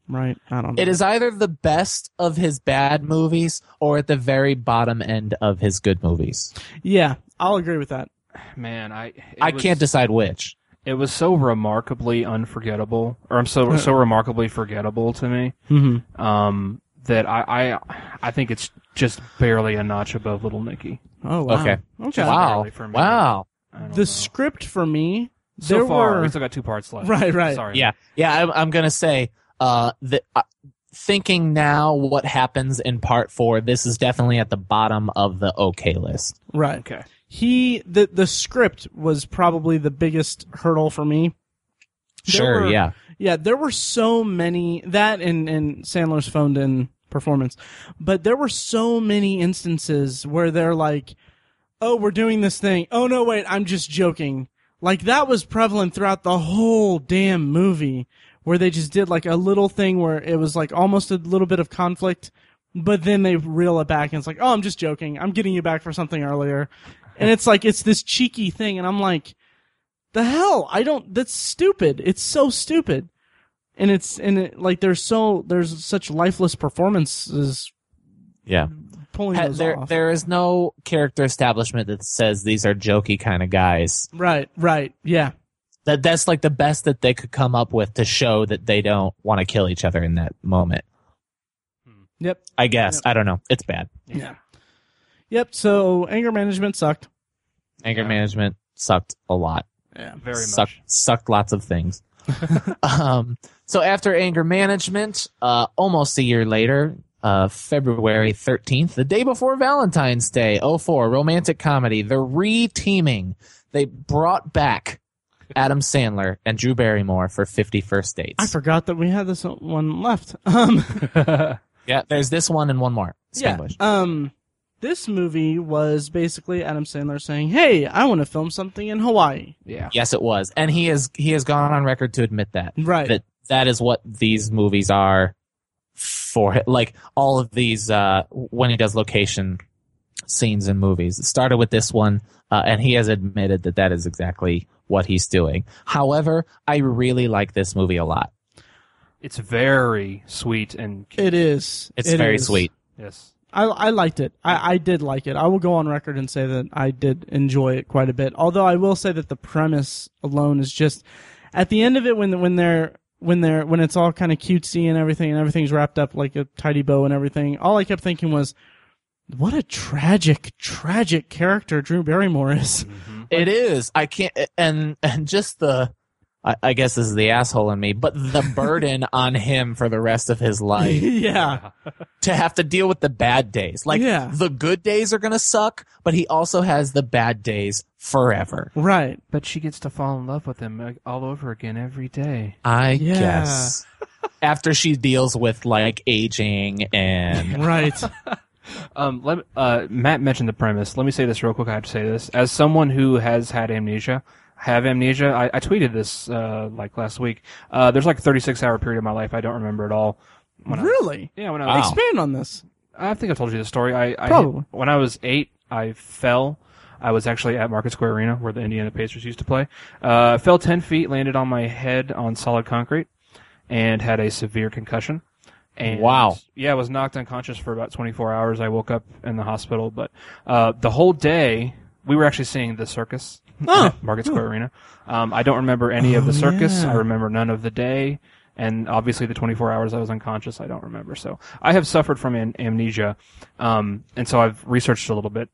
Speaker 1: right. I don't know.
Speaker 3: It is either the best of his bad movies or at the very bottom end of his good movies.
Speaker 1: Yeah. I'll agree with that.
Speaker 2: Man, I it
Speaker 3: I
Speaker 2: was-
Speaker 3: can't decide which.
Speaker 2: It was so remarkably unforgettable, or I'm so so remarkably forgettable to me.
Speaker 1: Mm-hmm.
Speaker 2: Um, that I I I think it's just barely a notch above Little Nicky.
Speaker 1: Oh, wow.
Speaker 3: Okay.
Speaker 1: Okay.
Speaker 3: Wow.
Speaker 2: barely for me.
Speaker 3: Wow.
Speaker 2: I don't know.
Speaker 1: The script for me,
Speaker 2: so
Speaker 1: there
Speaker 2: far
Speaker 1: were-
Speaker 2: we still got two parts left.
Speaker 1: Right, right.
Speaker 2: Sorry.
Speaker 3: Yeah, yeah. I'm, I'm gonna say uh, that uh, thinking now what happens in part four, this is definitely at the bottom of the okay list.
Speaker 1: right.
Speaker 2: Okay.
Speaker 1: he the the script was probably the biggest hurdle for me. There
Speaker 3: Sure,
Speaker 1: were-
Speaker 3: yeah.
Speaker 1: Yeah, there were so many that and and Sandler's phoned in performance. But there were so many instances where they're like, "Oh, we're doing this thing. Oh no, wait, I'm just joking." Like that was prevalent throughout the whole damn movie where they just did like a little thing where it was like almost a little bit of conflict, but then they reel it back and it's like, "Oh, I'm just joking. I'm getting you back for something earlier." And it's like it's this cheeky thing and I'm like, the hell? I don't. That's stupid. It's so stupid. and it's and it, like there's so there's such lifeless performances
Speaker 3: Yeah.
Speaker 2: oh,
Speaker 1: pulling
Speaker 3: Ha-
Speaker 1: those
Speaker 3: there,
Speaker 1: off.
Speaker 3: there is no character establishment that says these are jokey kind of guys.
Speaker 1: Right, right, yeah,
Speaker 3: That that's like the best that they could come up with to show that they don't want to kill each other in that moment.
Speaker 1: yep,
Speaker 3: I guess I don't know. It's bad.
Speaker 1: yeah. yep. So anger management sucked.
Speaker 3: Anger
Speaker 2: Yeah.
Speaker 3: management sucked a lot.
Speaker 1: Yeah,
Speaker 2: Very
Speaker 3: sucked
Speaker 2: much.
Speaker 3: sucked lots of things. um, so after anger management, uh, almost a year later, uh, February thirteenth, the day before Valentine's Day, 04, romantic comedy. They're re-teaming. They brought back Adam Sandler and Drew Barrymore for Fifty First Dates.
Speaker 1: I forgot that we had this one left. Um,
Speaker 3: yeah, there's this one and one more.
Speaker 1: yeah.
Speaker 3: Spanglish.
Speaker 1: Um, this movie was basically Adam Sandler saying, "Hey, I want to film something in Hawaii."
Speaker 2: yeah.
Speaker 3: Yes, it was, and he is he has gone on record to admit that.
Speaker 1: Right.
Speaker 3: that that is what these movies are for like all of these uh when he does location scenes in movies it started with this one uh, and he has admitted that that is exactly what he's doing however i really like this movie a lot
Speaker 2: It's very sweet and cute.
Speaker 1: it is.
Speaker 3: it's
Speaker 1: It
Speaker 3: very
Speaker 1: is.
Speaker 3: sweet
Speaker 2: yes.
Speaker 1: I, I liked it. I, I did like it. I will go on record and say that I did enjoy it quite a bit. Although I will say that the premise alone is just at the end of it when when they're when they're when it's all kind of cutesy and everything and everything's wrapped up like a tidy bow and everything. All I kept thinking was, what a tragic, tragic character Drew Barrymore is.
Speaker 2: Mhm.
Speaker 3: it is i can't and and just the I, I guess this is the asshole in me but the burden on him for the rest of his life
Speaker 1: yeah,
Speaker 3: to have to deal with the bad days. Like
Speaker 1: Yeah.
Speaker 3: the good days are gonna suck, but he also has the bad days forever.
Speaker 1: right.
Speaker 2: But she gets to fall in love with him like, all over again every day.
Speaker 3: I
Speaker 1: Yeah.
Speaker 3: guess. After she deals with like aging and
Speaker 1: Right.
Speaker 2: Um, let, uh, Matt mentioned the premise. Let me say this real quick. I have to say this as someone who has had amnesia. Have amnesia. I, I tweeted this uh, like last week. Uh, there's like a 36 hour period of my life I don't remember at all. When I-
Speaker 1: really?
Speaker 2: yeah, when I
Speaker 3: Wow.
Speaker 2: was
Speaker 1: Expand on this.
Speaker 2: I think I told you the story. I, I
Speaker 1: Probably.
Speaker 2: when I was eight, I fell. I was actually at Market Square Arena where the Indiana Pacers used to play. Uh, fell ten feet, landed on my head on solid concrete, and had a severe concussion. And
Speaker 3: Wow.
Speaker 2: Yeah, I was knocked unconscious for about 24 hours. I woke up in the hospital, but uh, the whole day we were actually seeing the circus
Speaker 1: Oh.
Speaker 2: at Market Square Arena. Um, I don't remember any of the circus.
Speaker 1: yeah.
Speaker 2: I remember none of the day, and obviously the 24 hours I was unconscious, I don't remember. So I have suffered from an- amnesia, um, and so I've researched a little bit.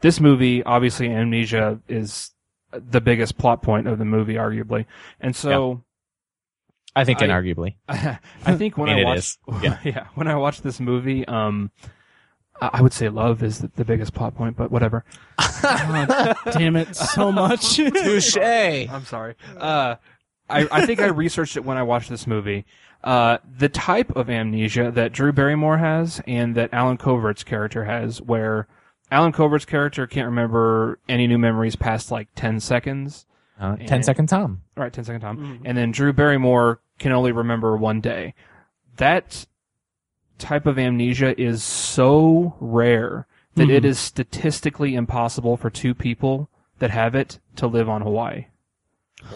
Speaker 2: This movie, obviously, amnesia is the biggest plot point of the movie, arguably, and so.
Speaker 3: I think
Speaker 2: I-
Speaker 3: inarguably.
Speaker 2: I think when
Speaker 3: I
Speaker 2: I,
Speaker 3: mean, it
Speaker 2: watched,
Speaker 3: is. Yeah.
Speaker 2: when I watched this movie, um, I, I would say love is the, the biggest plot point, but whatever.
Speaker 1: God damn it so much.
Speaker 3: Touche. Yeah.
Speaker 2: I'm sorry. Uh, I, I think I researched it when I watched this movie. Uh, the type of amnesia that Drew Barrymore has and that Alan Covert's character has, where Alan Covert's character can't remember any new memories past like 10 seconds.
Speaker 3: Uh, Ten second Tom.
Speaker 2: All right, 10 second time. And then Drew Barrymore can only remember one day. That type of amnesia is so rare that it is statistically impossible for two people that have it to live on Hawaii.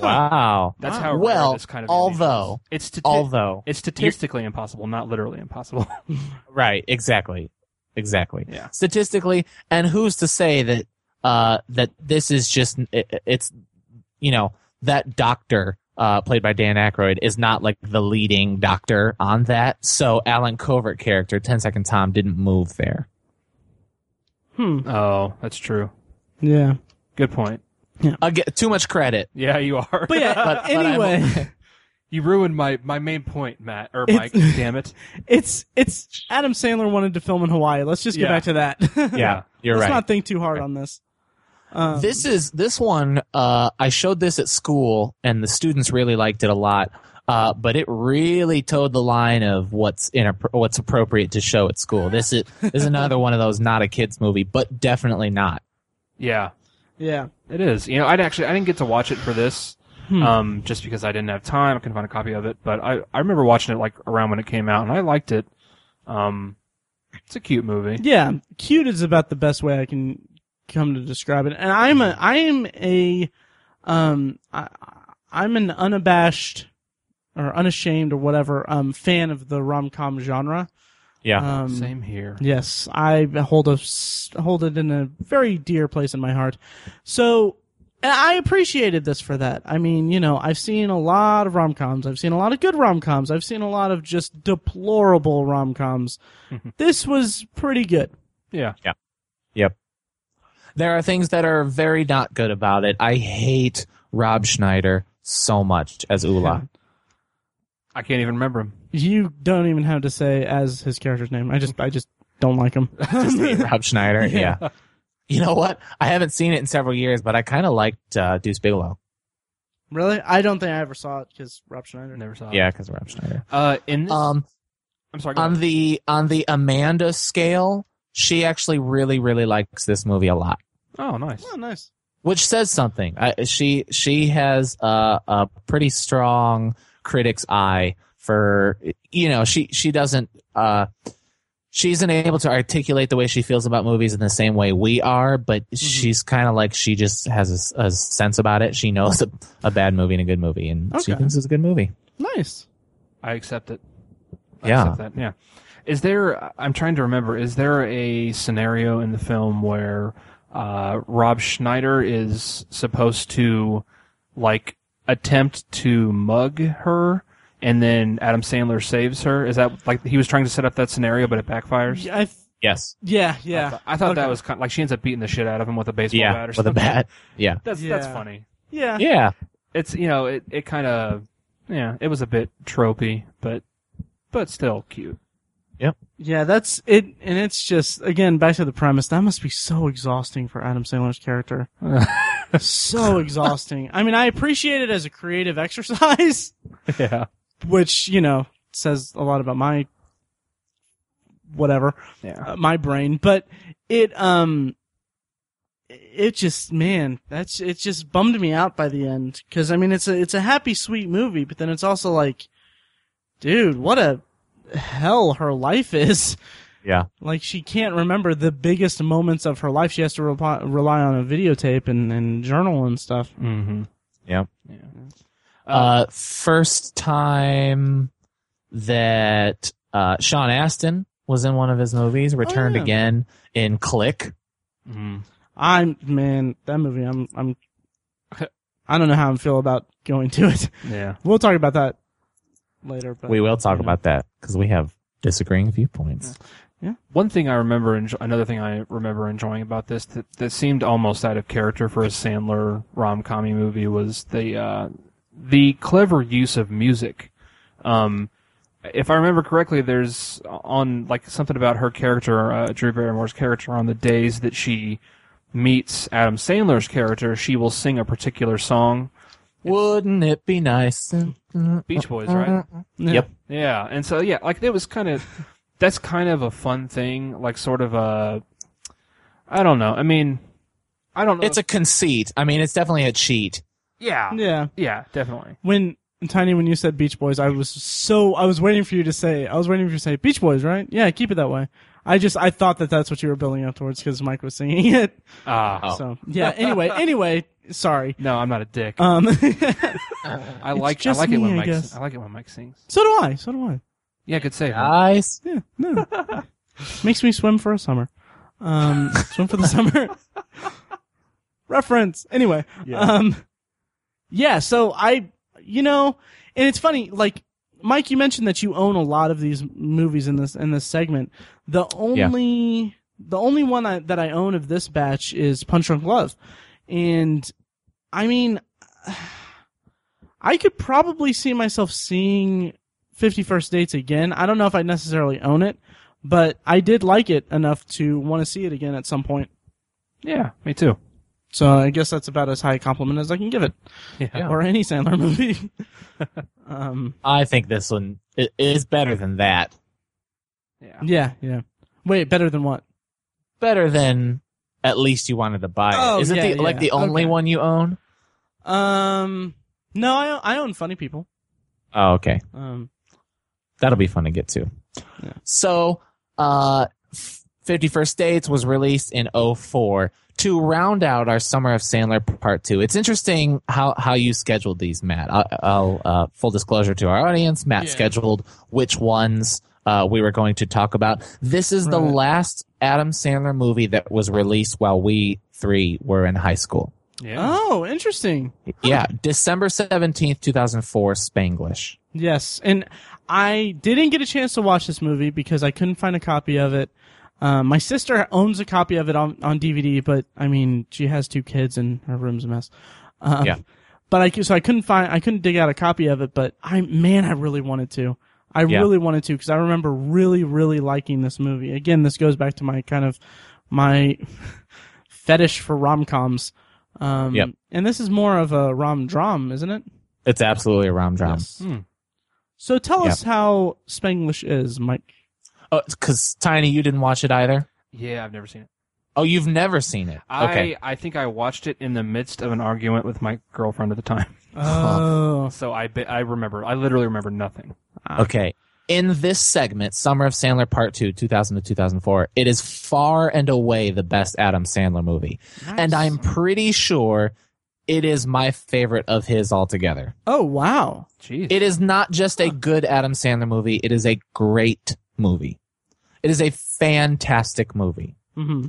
Speaker 3: Wow.
Speaker 2: That's how rare
Speaker 3: Uh, well,
Speaker 2: this kind of amnesia
Speaker 3: although
Speaker 2: is. it's stati-
Speaker 3: although
Speaker 2: it's statistically impossible, not literally impossible.
Speaker 3: Right, exactly. Exactly.
Speaker 2: Yeah.
Speaker 3: Statistically, and who's to say that uh that this is just it, it's you know, that doctor uh played by Dan Aykroyd is not like the leading doctor on that. So Alan Covert character 10 Second Tom didn't move there.
Speaker 1: Hmm.
Speaker 2: oh, that's true.
Speaker 1: Yeah.
Speaker 2: Good point.
Speaker 3: Again, too much credit.
Speaker 2: Yeah, you are.
Speaker 1: But yeah.
Speaker 3: But- but I'm-
Speaker 1: anyway.
Speaker 2: you ruined my, my main point, Matt or
Speaker 1: It's-
Speaker 2: Mike. damn it.
Speaker 1: It's it's Adam Sandler wanted to film in Hawaii. Let's just get
Speaker 2: Yeah.
Speaker 1: back to that.
Speaker 2: Yeah.
Speaker 3: You're
Speaker 1: Let's
Speaker 3: right.
Speaker 1: not think too hard on this. Um,
Speaker 3: this is this one uh, i showed this at school and the students really liked it a lot uh, but it really towed the line of what's in what's appropriate to show at school this is this is another one of those not a kids movie but definitely not
Speaker 2: Yeah.
Speaker 1: yeah.
Speaker 2: It is. You know, I'd actually I didn't get to watch it for this,
Speaker 1: Hmm.
Speaker 2: um, just because I didn't have time. I couldn't find a copy of it, but I I remember watching it like around when it came out, and I liked it. Um, it's a cute movie.
Speaker 1: Yeah. Cute is about the best way I can come to describe it. And I'm a I am a um I I'm an unabashed or unashamed or whatever um, fan of the rom com genre.
Speaker 3: Yeah.
Speaker 1: Um,
Speaker 2: Same here.
Speaker 1: Yes, I hold a s- hold it in a very dear place in my heart. So, and I appreciated this for that. I mean, you know, I've seen a lot of rom coms. I've seen a lot of good rom coms. I've seen a lot of just deplorable rom coms. this was pretty good.
Speaker 2: Yeah.
Speaker 3: there are things that are very not good about it. I hate Rob Schneider so much as Ula.
Speaker 2: I can't even remember him.
Speaker 1: You don't even have to say as his character's name. I just, I just don't like him.
Speaker 3: Just hate Rob Schneider. Yeah. You know what? I haven't seen it in several years, but I kind of liked uh, Deuce Bigelow.
Speaker 1: really, I don't think I ever saw it because Rob Schneider.
Speaker 2: Never saw.
Speaker 3: Yeah, because Rob Schneider.
Speaker 2: It. Uh, in this,
Speaker 3: Um,
Speaker 2: I'm sorry. go ahead.
Speaker 3: on the on the Amanda scale, she actually really really likes this movie a lot,
Speaker 2: oh, nice.
Speaker 1: Oh, nice.
Speaker 3: which says something. I, she she has a, a pretty strong critic's eye for you know she she doesn't uh she isn't able to articulate the way she feels about movies in the same way we are, but
Speaker 2: Mm-hmm.
Speaker 3: she's kind of like she just has a s- a, sense about it. She knows a, a bad movie and a good movie, and she
Speaker 1: Okay.
Speaker 3: thinks it's a good movie.
Speaker 1: Nice.
Speaker 2: I accept it. I
Speaker 3: Yeah.
Speaker 2: accept that. Yeah. Is there? I'm trying to remember. Is there a scenario in the film where uh, Rob Schneider is supposed to like attempt to mug her, and then Adam Sandler saves her? Is that like he was trying to set up that scenario, but it backfires?
Speaker 1: Yeah, I th-
Speaker 3: Yes,
Speaker 1: yeah,
Speaker 2: I
Speaker 1: yeah.
Speaker 2: thought, I thought that
Speaker 1: Okay.
Speaker 2: was kind like she ends up beating the shit out of him with a baseball
Speaker 3: yeah,
Speaker 2: bat or
Speaker 3: with a
Speaker 2: something.
Speaker 3: bat. Yeah,
Speaker 2: That's that's
Speaker 1: Yeah.
Speaker 2: funny.
Speaker 1: yeah,
Speaker 3: yeah.
Speaker 2: It's you know it it kind of yeah it was a bit tropey, but but still cute.
Speaker 1: Yeah, that's it, and it's just again back to the premise. That must be so exhausting for Adam Sandler's character. so exhausting. I mean, I appreciate it as a creative exercise,
Speaker 2: yeah.
Speaker 1: which you know says a lot about my whatever
Speaker 2: Yeah.
Speaker 1: uh, my brain, but it um it just man that's it just bummed me out by the end because I mean it's a it's a happy sweet movie, but then it's also like, dude, what a hell her life is.
Speaker 3: Yeah.
Speaker 1: Like she can't remember the biggest moments of her life. She has to rely, rely on a videotape and, and journal and stuff.
Speaker 2: Mm-hmm.
Speaker 3: Yeah.
Speaker 2: Yeah.
Speaker 3: Uh, first time that uh, Sean Astin was in one of his movies, returned
Speaker 1: Oh, yeah.
Speaker 3: again in Click.
Speaker 2: Mm.
Speaker 1: I'm man, that movie. I'm I'm. I don't know how I feel about going to it.
Speaker 2: Yeah.
Speaker 1: We'll talk about that later. But
Speaker 3: We will talk
Speaker 1: Yeah.
Speaker 3: about that because we have disagreeing viewpoints.
Speaker 2: One thing I remember, enjo- another thing I remember enjoying about this that, that seemed almost out of character for a Sandler rom com movie was the uh, the clever use of music. Um, if I remember correctly, there's on like something about her character, uh, Drew Barrymore's character, on the days that she meets Adam Sandler's character, she will sing a particular song.
Speaker 3: Wouldn't it be nice?
Speaker 1: Uh,
Speaker 3: Beach
Speaker 2: Beach Boys, right?
Speaker 1: Yeah.
Speaker 3: Yep.
Speaker 2: Yeah, and so yeah, like it was kind of that's kind of a fun thing, like sort of a I don't know. I mean, I don't know.
Speaker 3: It's a conceit. I mean, it's definitely a cheat.
Speaker 2: yeah,
Speaker 1: Yeah.
Speaker 2: yeah, definitely.
Speaker 1: When Tiny, when you said Beach Boys, I was so I was waiting for you to say I was waiting for you to say Beach Boys, right? Yeah, keep it that way. I just I thought that that's what you were building up towards because Mike was singing it.
Speaker 2: Ah,
Speaker 3: Oh.
Speaker 1: So yeah. Anyway, anyway, sorry.
Speaker 2: no, I'm not a dick.
Speaker 1: Um,
Speaker 2: I like I
Speaker 1: just
Speaker 2: like it
Speaker 1: me,
Speaker 2: when
Speaker 1: I
Speaker 2: Mike
Speaker 1: guess.
Speaker 2: I like it when Mike sings.
Speaker 1: so do I. So do I.
Speaker 2: Yeah, good save.
Speaker 3: Uh,
Speaker 2: huh?
Speaker 3: Nice.
Speaker 1: Yeah, no. Makes me swim for a summer. Um, swim for the summer. Reference. Anyway.
Speaker 2: Yeah.
Speaker 1: Um, yeah. So I, you know, and it's funny, like, Mike, you mentioned that you own a lot of these movies in this, in this segment. The only, the only one I, that I own of this batch is Punch Drunk Love. And I mean, I could probably see myself seeing 51st Dates again. I don't know if I necessarily own it, but I did like it enough to want to see it again at some point.
Speaker 2: yeah, me too.
Speaker 1: So I guess that's about as high a compliment as I can give it,
Speaker 2: Yeah.
Speaker 1: or any Sandler movie. um,
Speaker 3: I think this one i- is better than that.
Speaker 2: yeah.
Speaker 1: yeah, yeah. Wait, better than what?
Speaker 3: Better than at least you wanted to buy it.
Speaker 1: Oh,
Speaker 3: Is it
Speaker 1: yeah,
Speaker 3: the, like
Speaker 1: yeah.
Speaker 3: the only
Speaker 1: Okay.
Speaker 3: one you own?
Speaker 1: Um, no, I I own Funny People.
Speaker 3: Oh, okay.
Speaker 1: Um,
Speaker 3: that'll be fun to get to.
Speaker 1: Yeah.
Speaker 3: So, uh, Fifty First Dates was released in 04. to round out our summer of Sandler part two, it's interesting how, how you scheduled these, Matt. I'll, I'll uh, full disclosure to our audience, Matt
Speaker 1: Yeah.
Speaker 3: scheduled which ones uh, we were going to talk about. This is the
Speaker 1: Right.
Speaker 3: last Adam Sandler movie that was released while we three were in high school.
Speaker 2: Yeah.
Speaker 3: Uh,
Speaker 1: Oh, interesting.
Speaker 3: Yeah, December seventeenth, two thousand four, Spanglish.
Speaker 1: Yes, and I didn't get a chance to watch this movie because I couldn't find a copy of it. Um, my sister owns a copy of it on, on DVD, but I mean, she has two kids and her room's a mess. Um,
Speaker 3: Yeah.
Speaker 1: But I cou- so I couldn't find I couldn't dig out a copy of it, but I man, I really wanted to. I
Speaker 3: Yeah.
Speaker 1: really wanted to because I remember really really liking this movie. Again, this goes back to my kind of my fetish for rom coms. Um,
Speaker 3: Yep.
Speaker 1: And this is more of a rom drum, isn't it?
Speaker 3: It's absolutely a rom drom.
Speaker 1: Yes.
Speaker 2: Hmm.
Speaker 1: So tell
Speaker 3: Yeah.
Speaker 1: us how Spanglish is, Mike.
Speaker 3: Oh, because Tiny, you didn't watch it either.
Speaker 2: Yeah, I've never seen it.
Speaker 3: Oh, you've never seen it.
Speaker 2: I,
Speaker 3: Okay.
Speaker 2: I think I watched it in the midst of an argument with my girlfriend at the time.
Speaker 1: Oh,
Speaker 2: So I be- I remember. I literally remember nothing.
Speaker 3: Okay. In this segment, Summer of Sandler Part 2, 2000 to 2004, it is far and away the best Adam Sandler movie. And I'm pretty sure it is my favorite of his altogether.
Speaker 1: oh wow.
Speaker 2: Jeez.
Speaker 3: It is not just a good Adam Sandler movie, it is a great movie. It is a fantastic movie.
Speaker 1: hmm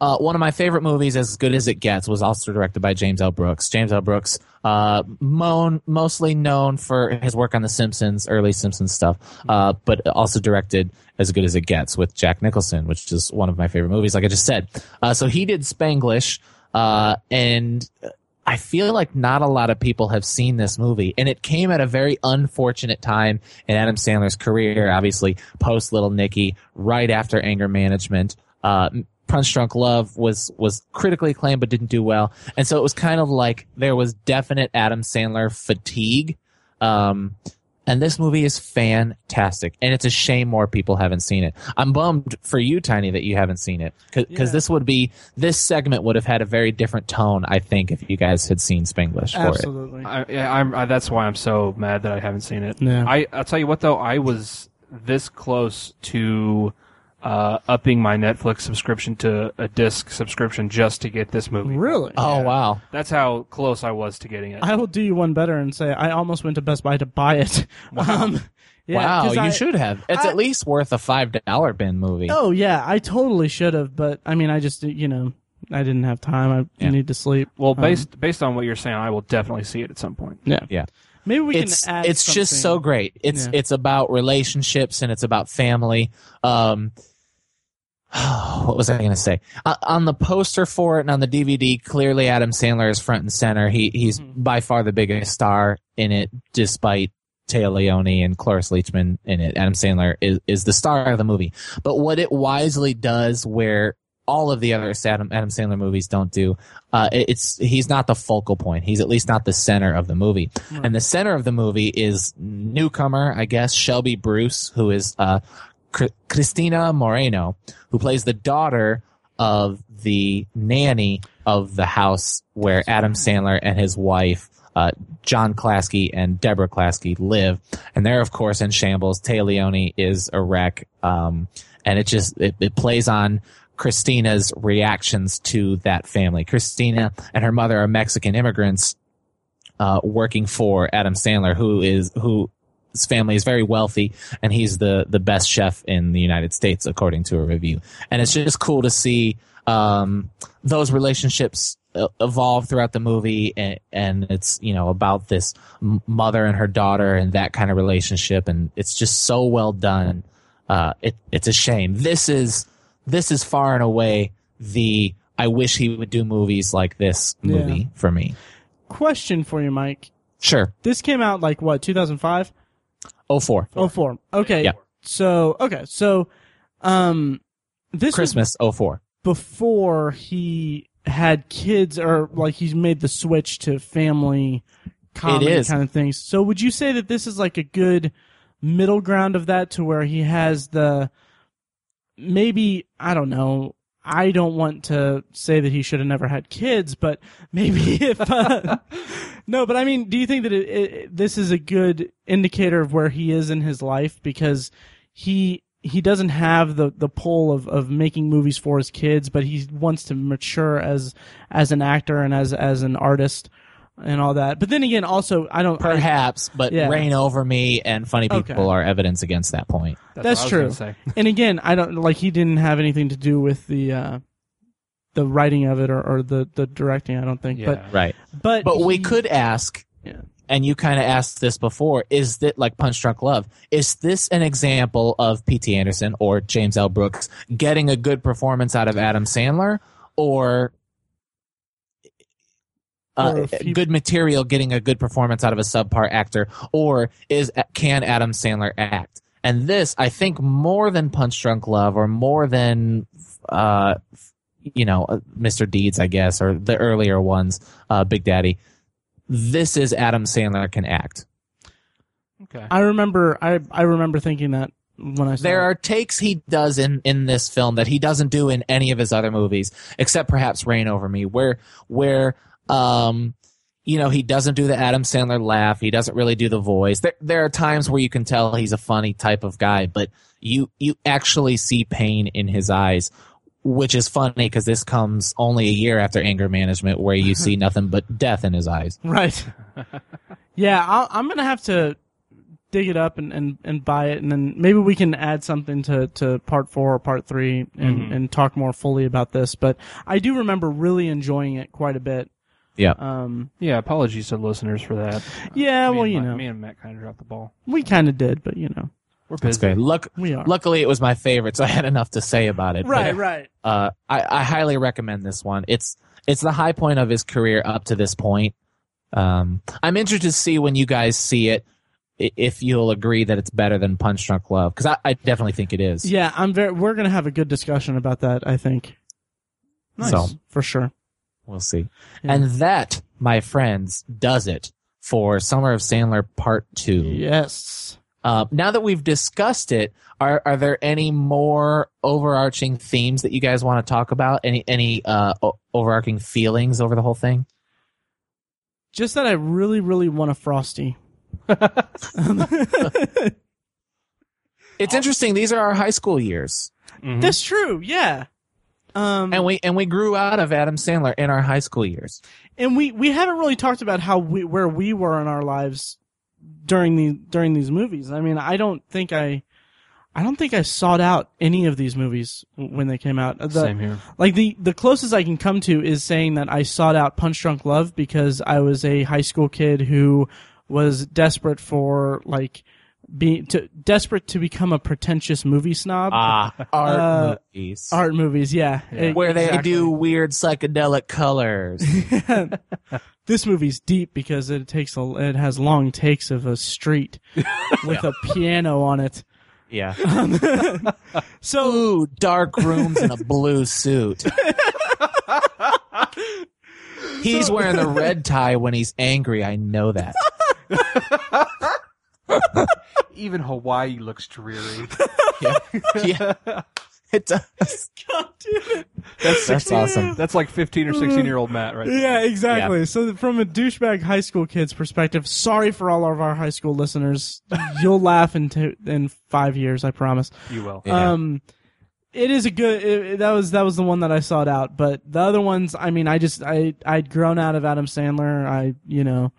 Speaker 3: Uh, one of my favorite movies, As Good as It Gets, was also directed by James L. Brooks. James L. Brooks, uh, moan, mostly known for his work on The Simpsons, early Simpsons stuff, uh, but also directed As Good as It Gets with Jack Nicholson, which is one of my favorite movies, like I just said. Uh, so he did Spanglish, uh, and I feel like not a lot of people have seen this movie, and it came at a very unfortunate time in Adam Sandler's career. Obviously, post Little Nicky, right after Anger Management, uh, Punch Drunk Love was was critically acclaimed but didn't do well, and so it was kind of like there was definite Adam Sandler fatigue. Um, and this movie is fantastic, and it's a shame more people haven't seen it. I'm bummed for you, Tiny, that you haven't seen it because
Speaker 1: Yeah.
Speaker 3: this would be this segment would have had a very different tone, I think, if you guys had seen Spanglish for it.
Speaker 1: Absolutely.
Speaker 2: I, yeah, I'm, I, that's why I'm so mad that I haven't seen it.
Speaker 1: Yeah.
Speaker 2: I, I'll tell you what though, I was this close to uh, upping my Netflix subscription to a disc subscription just to get this movie.
Speaker 1: Really?
Speaker 3: Oh wow!
Speaker 2: That's how close I was to getting it.
Speaker 1: I will do you one better and say I almost went to Best Buy to buy it. Um, yeah,
Speaker 3: wow,
Speaker 1: 'cause
Speaker 3: you
Speaker 1: I-
Speaker 3: should have. It's
Speaker 1: I-
Speaker 3: at least worth a five dollar bin movie.
Speaker 1: Oh yeah, I totally should have, but I mean, I just you know, I didn't have time. I
Speaker 3: Yeah.
Speaker 1: need to sleep.
Speaker 2: well,
Speaker 1: Um,
Speaker 2: based based on what you're saying, I will definitely see it at some point.
Speaker 1: maybe we
Speaker 3: it's
Speaker 1: can add.
Speaker 3: it's just so
Speaker 1: something.
Speaker 3: great. It's
Speaker 1: Yeah.
Speaker 3: it's about relationships and it's about family. Um, what was I going to say? Uh, on the poster for it and on the DVD, clearly Adam Sandler is front and center. He he's
Speaker 1: Mhm.
Speaker 3: by far the biggest star in it, despite Taya Leone and Cloris Leachman in it. Adam Sandler is is the star of the movie. But what it wisely does, where all of the other Adam, Adam Sandler movies don't do, uh, it- it's he's not the focal point. He's at least not the center of the movie.
Speaker 1: Right.
Speaker 3: And the center of the movie is newcomer, I guess, Shelby Bruce, who is uh, Cr- Christina Moreno, who plays the daughter of the nanny of the house where Adam Sandler and his wife. Uh, John Klasky and Deborah Klasky live, and they're of course in shambles. Tay Leone is a wreck, um, and it just it, it plays on Christina's reactions to that family. Christina and her mother are Mexican immigrants uh, working for Adam Sandler, who is who his family is very wealthy and he's the the best chef in the United States according to a review. And it's just cool to see um, those relationships uh, evolve throughout the movie and, and it's you know about this m- mother and her daughter and that kind of relationship and it's just so well done. Uh, it, it's a shame. This is this is far and away the I wish he would do movies like this
Speaker 1: Yeah.
Speaker 3: movie for me.
Speaker 1: question for you, Mike.
Speaker 3: Sure.
Speaker 1: This came out like what 2005.
Speaker 3: Oh four.
Speaker 1: Oh, four. Okay.
Speaker 3: Yeah.
Speaker 1: So okay. So, um, this was
Speaker 3: Christmas oh four.
Speaker 1: before he had kids or like he's made the switch to family comedy
Speaker 3: It is.
Speaker 1: kind of things. So would you say that this is like a good middle ground of that to where he has the maybe I don't know. I don't want to say that he should have never had kids, but maybe if uh, no, but I mean, do you think that it, it, this is a good indicator of where he is in his life because he he doesn't have the the pull of of making movies for his kids, but he wants to mature as as an actor and as as an artist and all that. But then again, also I don't I-
Speaker 3: Perhaps, but
Speaker 1: Yeah.
Speaker 3: Rain Over Me and Funny People
Speaker 1: Okay.
Speaker 3: are evidence against that point.
Speaker 1: That's
Speaker 2: what I was
Speaker 1: true.
Speaker 2: gonna say.
Speaker 1: and again, I don't like he didn't have anything to do with the uh the writing of it or, or the the directing. I don't think.
Speaker 2: Yeah.
Speaker 3: Right.
Speaker 1: But but
Speaker 3: But we
Speaker 1: he-
Speaker 3: could ask,
Speaker 1: Yeah.
Speaker 3: and you kind of asked this before, is that like Punch Drunk Love? Is this an example of P.T. Anderson or James L. Brooks getting a good performance out of Adam Sandler or
Speaker 1: Or
Speaker 3: uh,
Speaker 1: if he-
Speaker 3: good material getting a good performance out of a subpar actor, or is can Adam Sandler act? And this, I think, more than Punch Drunk Love, or more than, uh, you know, uh, Mr. Deeds, I guess, or the earlier ones, uh, Big Daddy. This is Adam Sandler can act.
Speaker 2: Okay.
Speaker 1: I remember I I remember thinking that when I saw
Speaker 3: There
Speaker 1: it.
Speaker 3: are takes he does in in this film that he doesn't do in any of his other movies, except perhaps Rain Over Me, where where um you know he doesn't do the Adam Sandler laugh, he doesn't really do the voice. There there are times where you can tell he's a funny type of guy, but you you actually see pain in his eyes. Which is funny because this comes only a year after anger management, where you see nothing but death in his eyes.
Speaker 1: Right. yeah, I'll, I'm gonna have to dig it up and, and, and buy it, and then maybe we can add something to, to part four or part three and,
Speaker 2: Mhm.
Speaker 1: and talk more fully about this. But I do remember really enjoying it quite a bit.
Speaker 3: Yeah.
Speaker 1: Um.
Speaker 2: yeah. Apologies to listeners for that.
Speaker 1: Yeah.
Speaker 2: Me
Speaker 1: well,
Speaker 2: and
Speaker 1: you
Speaker 2: Ma-
Speaker 1: know,
Speaker 2: me and Matt kind of dropped the ball.
Speaker 1: we kind of did, but you know,
Speaker 2: We're busy.
Speaker 3: That's great. Luck,
Speaker 1: we are.
Speaker 3: luckily, it was my favorite, so I had enough to say about it. but-
Speaker 1: right. Right.
Speaker 3: uh, I, I highly recommend this one. It's it's the high point of his career up to this point. Um, I'm interested to see when you guys see it i- if you'll agree that it's better than Punch Drunk Love because I, I definitely think it is.
Speaker 1: Yeah. I'm very. We're gonna have a good discussion about that. I think.
Speaker 3: Nice. So-
Speaker 1: for sure.
Speaker 3: We'll see.
Speaker 1: Yeah.
Speaker 3: And that, my friends, does it for Summer of Sandler Part Two.
Speaker 1: Yes.
Speaker 3: Uh, now that we've discussed it, are are there any more overarching themes that you guys want to talk about? Any any uh, o- overarching feelings over the whole thing?
Speaker 1: Just that I really, really want a frosty.
Speaker 3: It's interesting. These are our high school years.
Speaker 2: Mhm.
Speaker 1: That's true. Yeah. Um,
Speaker 3: Mm-hmm. and we and we grew out of Adam Sandler in our high school years.
Speaker 1: and we we haven't really talked about how we where we were in our lives during the during these movies. I mean, I don't think I I don't think I sought out any of these movies w- when they came out. The-
Speaker 2: Same here.
Speaker 1: Like the the closest I can come to is saying that I sought out Punch Drunk Love because I was a high school kid who was desperate for like being to, desperate to become a pretentious movie snob.
Speaker 3: Ah, art
Speaker 1: Uh,
Speaker 3: movies,
Speaker 1: Art movies, yeah,
Speaker 2: Yeah.
Speaker 1: E-
Speaker 3: where they
Speaker 1: exactly.
Speaker 3: do weird psychedelic colors.
Speaker 1: this movie's deep because it takes a it has long takes of a street with a piano on it.
Speaker 3: yeah.
Speaker 1: so
Speaker 3: Ooh, dark rooms in a blue suit. He's wearing the red tie when he's angry. I know that.
Speaker 2: Even Hawaii looks dreary.
Speaker 3: Yeah, yeah. It does.
Speaker 1: God damn it.
Speaker 2: That's,
Speaker 3: That's
Speaker 2: 16
Speaker 3: awesome.
Speaker 2: That's like 15 or 16 year old Matt, right?
Speaker 1: Yeah, exactly. So th- from a douchebag high school kid's perspective, sorry for all of our high school listeners. You'll laugh in two, in 5 years, I promise.
Speaker 2: You will.
Speaker 3: Yeah.
Speaker 1: Um, it is a good. It, it- that was that was the one that I sought out. But the other ones, I mean, I just I I'd grown out of Adam Sandler. I you know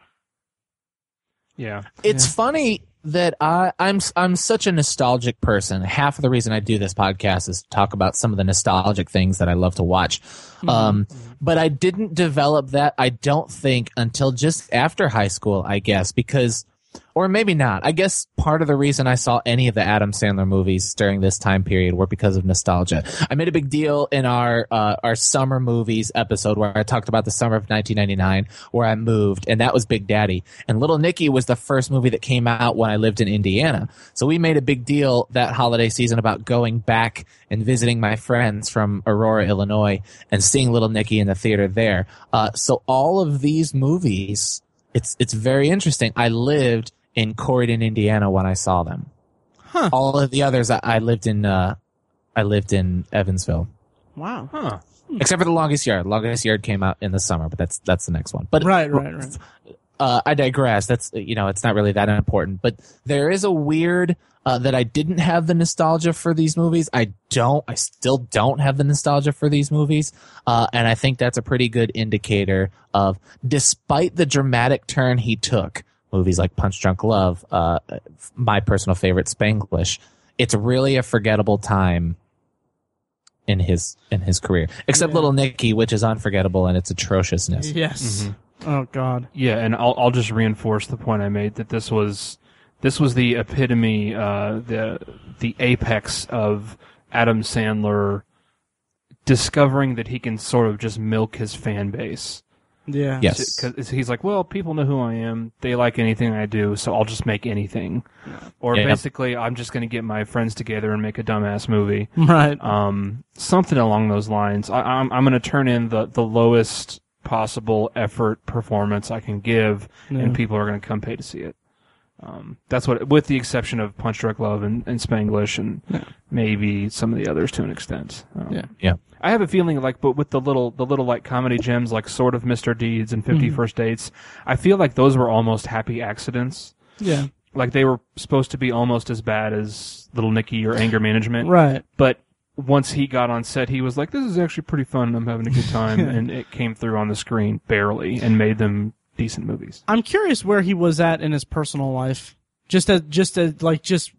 Speaker 2: Yeah.
Speaker 3: It's funny that I, I'm I'm such a nostalgic person. Half of the reason I do this podcast is to talk about some of the nostalgic things that I love to watch. Um, but I didn't develop that. I don't think until just after high school, I guess, because or maybe not. I guess part of the reason I saw any of the Adam Sandler movies during this time period were because of nostalgia. I made a big deal in our uh, our summer movies episode where I talked about the summer of 1999 where I moved, and that was Big Daddy. And Little Nicky was the first movie that came out when I lived in Indiana. So we made a big deal that holiday season about going back and visiting my friends from Aurora, Illinois, and seeing Little Nicky in the theater there. Uh, so all of these movies. It's, it's very interesting. I lived in Corydon, Indiana when I saw them.
Speaker 1: Huh.
Speaker 3: All of the others I, I lived in uh I lived in Evansville.
Speaker 1: wow.
Speaker 2: Huh.
Speaker 3: Except for the longest yard. Longest yard came out in the summer, but that's that's the next one. But
Speaker 1: Right, right, right.
Speaker 3: uh, I digress. That's you know, it's not really that important. But there is a weird uh, that I didn't have the nostalgia for these movies. I don't. I still don't have the nostalgia for these movies, uh, and I think that's a pretty good indicator of, despite the dramatic turn he took, movies like Punch Drunk Love, uh, my personal favorite, Spanglish. It's really a forgettable time in his in his career, except
Speaker 1: Yeah.
Speaker 3: Little Nicky, which is unforgettable and its atrociousness.
Speaker 1: Yes. Oh God.
Speaker 2: Yeah, and I'll I'll just reinforce the point I made that this was this was the epitome, uh, the the apex of Adam Sandler discovering that he can sort of just milk his fan base.
Speaker 1: Yeah.
Speaker 3: Yes.
Speaker 2: because he's like, well, people know who I am. They like anything I do, so I'll just make anything. Or
Speaker 3: Yeah.
Speaker 2: basically, I'm just going to get my friends together and make a dumbass movie.
Speaker 1: Right.
Speaker 2: Um, something along those lines. I, I'm I'm going to turn in the the lowest possible effort performance I can give,
Speaker 1: Yeah.
Speaker 2: and people are going to come pay to see it. Um, that's what, with the exception of Punch Drunk Love and, and Spanglish, and
Speaker 1: Yeah.
Speaker 2: maybe some of the others to an extent. Um,
Speaker 1: Yeah.
Speaker 3: Yeah.
Speaker 2: I have a feeling like, but with the little, the little like comedy gems, like sort of Mr. Deeds and Fifty First
Speaker 1: Mm-hmm.
Speaker 2: Dates, I feel like those were almost happy accidents.
Speaker 1: Yeah.
Speaker 2: Like they were supposed to be almost as bad as Little Nicky or Anger Management,
Speaker 1: Right.
Speaker 2: but once he got on set, he was like, "This is actually pretty fun. and I'm having a good time," and it came through on the screen barely and made them decent movies.
Speaker 1: I'm curious where he was at in his personal life. Just as, just as, like, just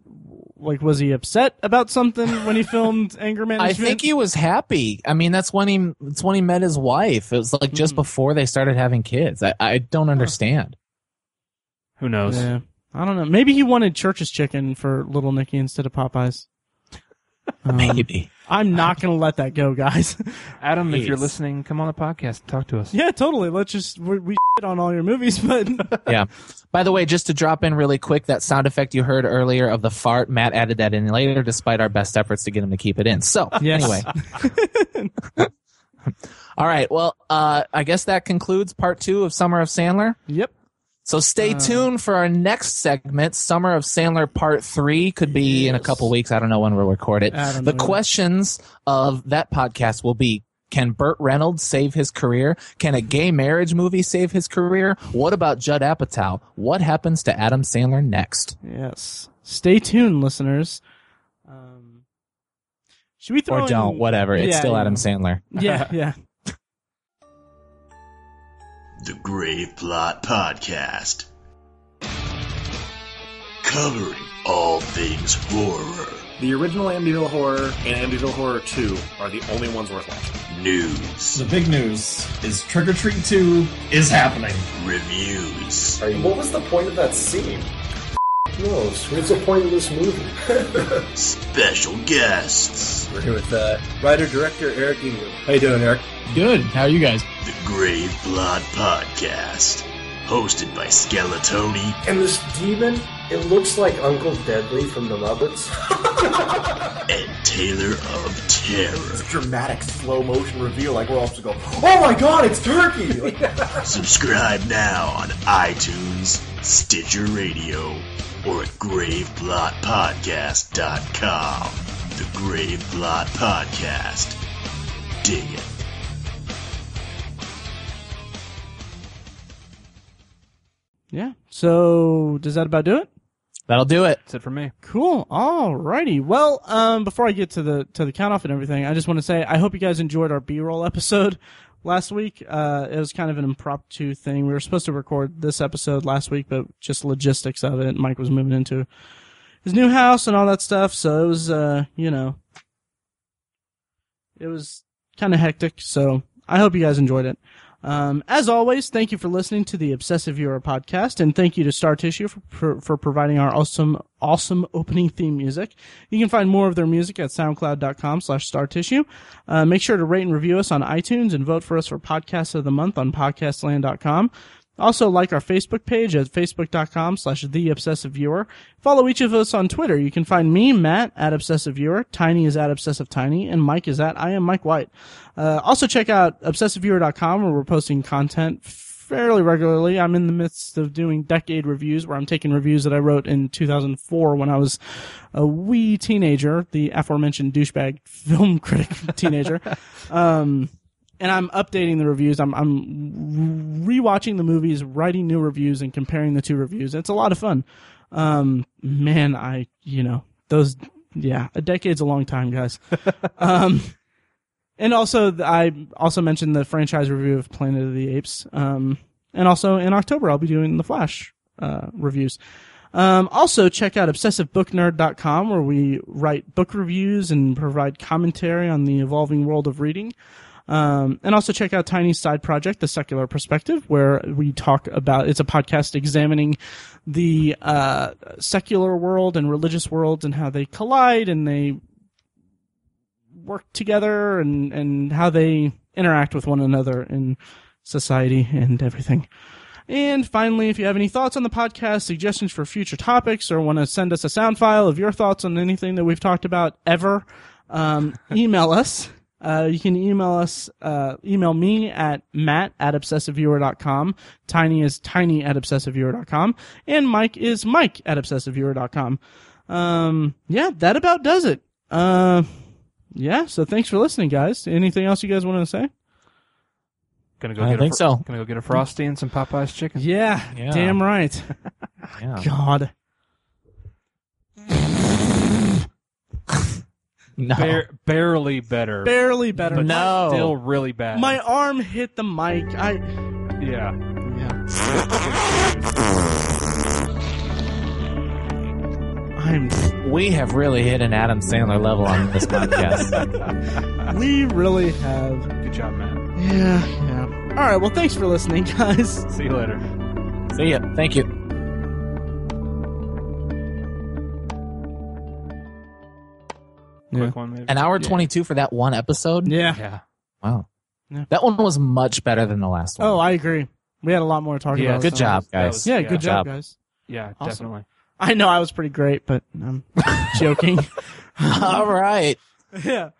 Speaker 1: like, was he upset about something when he filmed Anger
Speaker 3: I
Speaker 1: Management?
Speaker 3: think he was happy. I mean, that's when he that's when he met his wife. It was like just before they started having kids. I, I don't understand.
Speaker 2: Who knows?
Speaker 1: Yeah. I don't know. Maybe he wanted Church's chicken for Little Nicky instead of Popeyes. Um,
Speaker 3: Maybe
Speaker 1: I'm not gonna let that go, guys.
Speaker 2: Adam, if you're
Speaker 3: Jeez.
Speaker 2: listening, come on the podcast and talk to us.
Speaker 1: yeah, totally. Let's just we, we shit on all your movies, but
Speaker 3: yeah. By the way, just to drop in really quick, that sound effect you heard earlier of the fart, Matt added that in later, despite our best efforts to get him to keep it in. So
Speaker 1: Yes.
Speaker 3: anyway, all right. Well, uh, I guess that concludes part two of Summer of Sandler.
Speaker 1: yep.
Speaker 3: So stay
Speaker 1: Uh,
Speaker 3: tuned for our next segment, Summer of Sandler Part 3. Could be in a
Speaker 1: Yes.
Speaker 3: couple weeks. I don't know when we'll record it.
Speaker 1: I don't
Speaker 3: The
Speaker 1: know.
Speaker 3: questions of that podcast will be Can Burt Reynolds save his career? Can a gay marriage movie save his career? What about Judd Apatow? What happens to Adam Sandler next?
Speaker 1: Yes. Stay tuned, listeners. Um, should we throw
Speaker 3: Or
Speaker 1: in-
Speaker 3: don't, whatever. It's
Speaker 1: Yeah,
Speaker 3: still
Speaker 1: yeah.
Speaker 3: Adam Sandler.
Speaker 1: Yeah, yeah.
Speaker 4: The Grave Plot Podcast. Covering all things horror,
Speaker 5: The original Amityville Horror and Amityville Horror 2 are the only ones worth watching.
Speaker 4: news,
Speaker 6: The big news is Trick or Treat 2 is happening.
Speaker 4: reviews,
Speaker 7: What was the point of that scene? knows. What's the point of this movie?
Speaker 4: special guests.
Speaker 7: We're here with uh, writer director Eric England. How you doing, Eric?
Speaker 6: Good. How are you guys?
Speaker 4: The Grave Plot Podcast. Hosted by Skeletoni
Speaker 7: And this demon, it looks like Uncle Deadly from the Muppets.
Speaker 4: and Taylor of Terror.
Speaker 8: dramatic slow motion reveal, like we're all just go, "Oh my god, it's turkey!" Like,
Speaker 4: Subscribe now on iTunes, Stitcher Radio, or at graveblotpodcast.com. The Grave Blot Podcast. Dig it.
Speaker 1: Yeah. So does that about do it?
Speaker 3: That'll do it.
Speaker 2: That's it for me.
Speaker 1: Cool. Alrighty. Well, um, before I get to the to the count off and everything, I just want to say I hope you guys enjoyed our B roll episode last week. Uh, it was kind of an impromptu thing. We were supposed to record this episode last week, but just logistics of it. Mike was moving into his new house and all that stuff, so it was uh, you know, it was kind of hectic. So I hope you guys enjoyed it. Um, as always, thank you for listening to the Obsessive Viewer podcast, and thank you to Star Tissue for, for, for providing our awesome, awesome opening theme music. You can find more of their music at soundcloud.com slash star tissue. Uh, make sure to rate and review us on iTunes and vote for us for Podcast of the Month on podcastland.com. Also, like our Facebook page at facebook.com slash the obsessive viewer. Follow each of us on Twitter. You can find me, Matt, at obsessive viewer, Tiny is at obsessive tiny, and Mike is at I am Mike White. Uh, also check out obsessiveviewer.com where we're posting content fairly regularly. I'm in the midst of doing decade reviews where I'm taking reviews that I wrote in 2004 when I was a wee teenager, the aforementioned douchebag film critic teenager. Um, and I'm updating the reviews. I'm I'm rewatching the movies, writing new reviews, and comparing the two reviews. It's a lot of fun. Um, man, I you know those yeah, a decade's a long time, guys. um, and also th- I also mentioned the franchise review of Planet of the Apes. Um, and also in October I'll be doing the Flash uh, reviews. Um, also check out obsessivebooknerd.com where we write book reviews and provide commentary on the evolving world of reading. Um, and also check out Tiny's side project, The Secular Perspective, where we talk about it's a podcast examining the uh, secular world and religious worlds and how they collide and they work together and, and how they interact with one another in society and everything. And finally, if you have any thoughts on the podcast, suggestions for future topics, or want to send us a sound file of your thoughts on anything that we've talked about ever, um, email us. Uh, you can email us, uh, email me at matt at obsessiveviewer.com. Tiny is tiny at obsessiveviewer.com. And Mike is mike at obsessiveviewer.com. Um, yeah, that about does it. Uh, yeah, so thanks for listening, guys. Anything else you guys want to say?
Speaker 2: Gonna go
Speaker 3: I
Speaker 2: get
Speaker 3: think
Speaker 2: a, fr-
Speaker 3: so.
Speaker 2: Gonna go get a frosty and some Popeyes chicken.
Speaker 1: Yeah,
Speaker 3: Yeah.
Speaker 1: damn right.
Speaker 3: Yeah.
Speaker 1: God.
Speaker 3: No.
Speaker 2: Bare, barely better.
Speaker 1: Barely better.
Speaker 2: but
Speaker 3: No.
Speaker 2: Still really bad.
Speaker 1: My arm hit the mic. I.
Speaker 2: yeah.
Speaker 1: I'm.
Speaker 3: We have really hit an Adam Sandler level on this podcast.
Speaker 1: We really have.
Speaker 2: Good job, man.
Speaker 1: Yeah, yeah. All right. Well, thanks for listening, guys.
Speaker 2: See you later.
Speaker 3: See ya. Thank you.
Speaker 1: Yeah.
Speaker 2: Quick one, maybe.
Speaker 3: An hour
Speaker 2: Yeah.
Speaker 3: 22 for that one episode?
Speaker 1: Yeah.
Speaker 2: Yeah.
Speaker 3: Wow.
Speaker 1: Yeah.
Speaker 3: That one was much better than the last one.
Speaker 1: Oh, I agree. We had a lot more to talk
Speaker 2: Yeah,
Speaker 1: about.
Speaker 3: Good
Speaker 2: so
Speaker 1: so-
Speaker 3: job,
Speaker 2: that
Speaker 3: guys.
Speaker 2: was-
Speaker 1: Yeah,
Speaker 2: yeah.
Speaker 1: Good job,
Speaker 3: Job.
Speaker 1: guys.
Speaker 2: Yeah,
Speaker 1: Awesome.
Speaker 2: definitely.
Speaker 1: I know I was pretty great, but I'm joking.
Speaker 3: All right.
Speaker 1: yeah.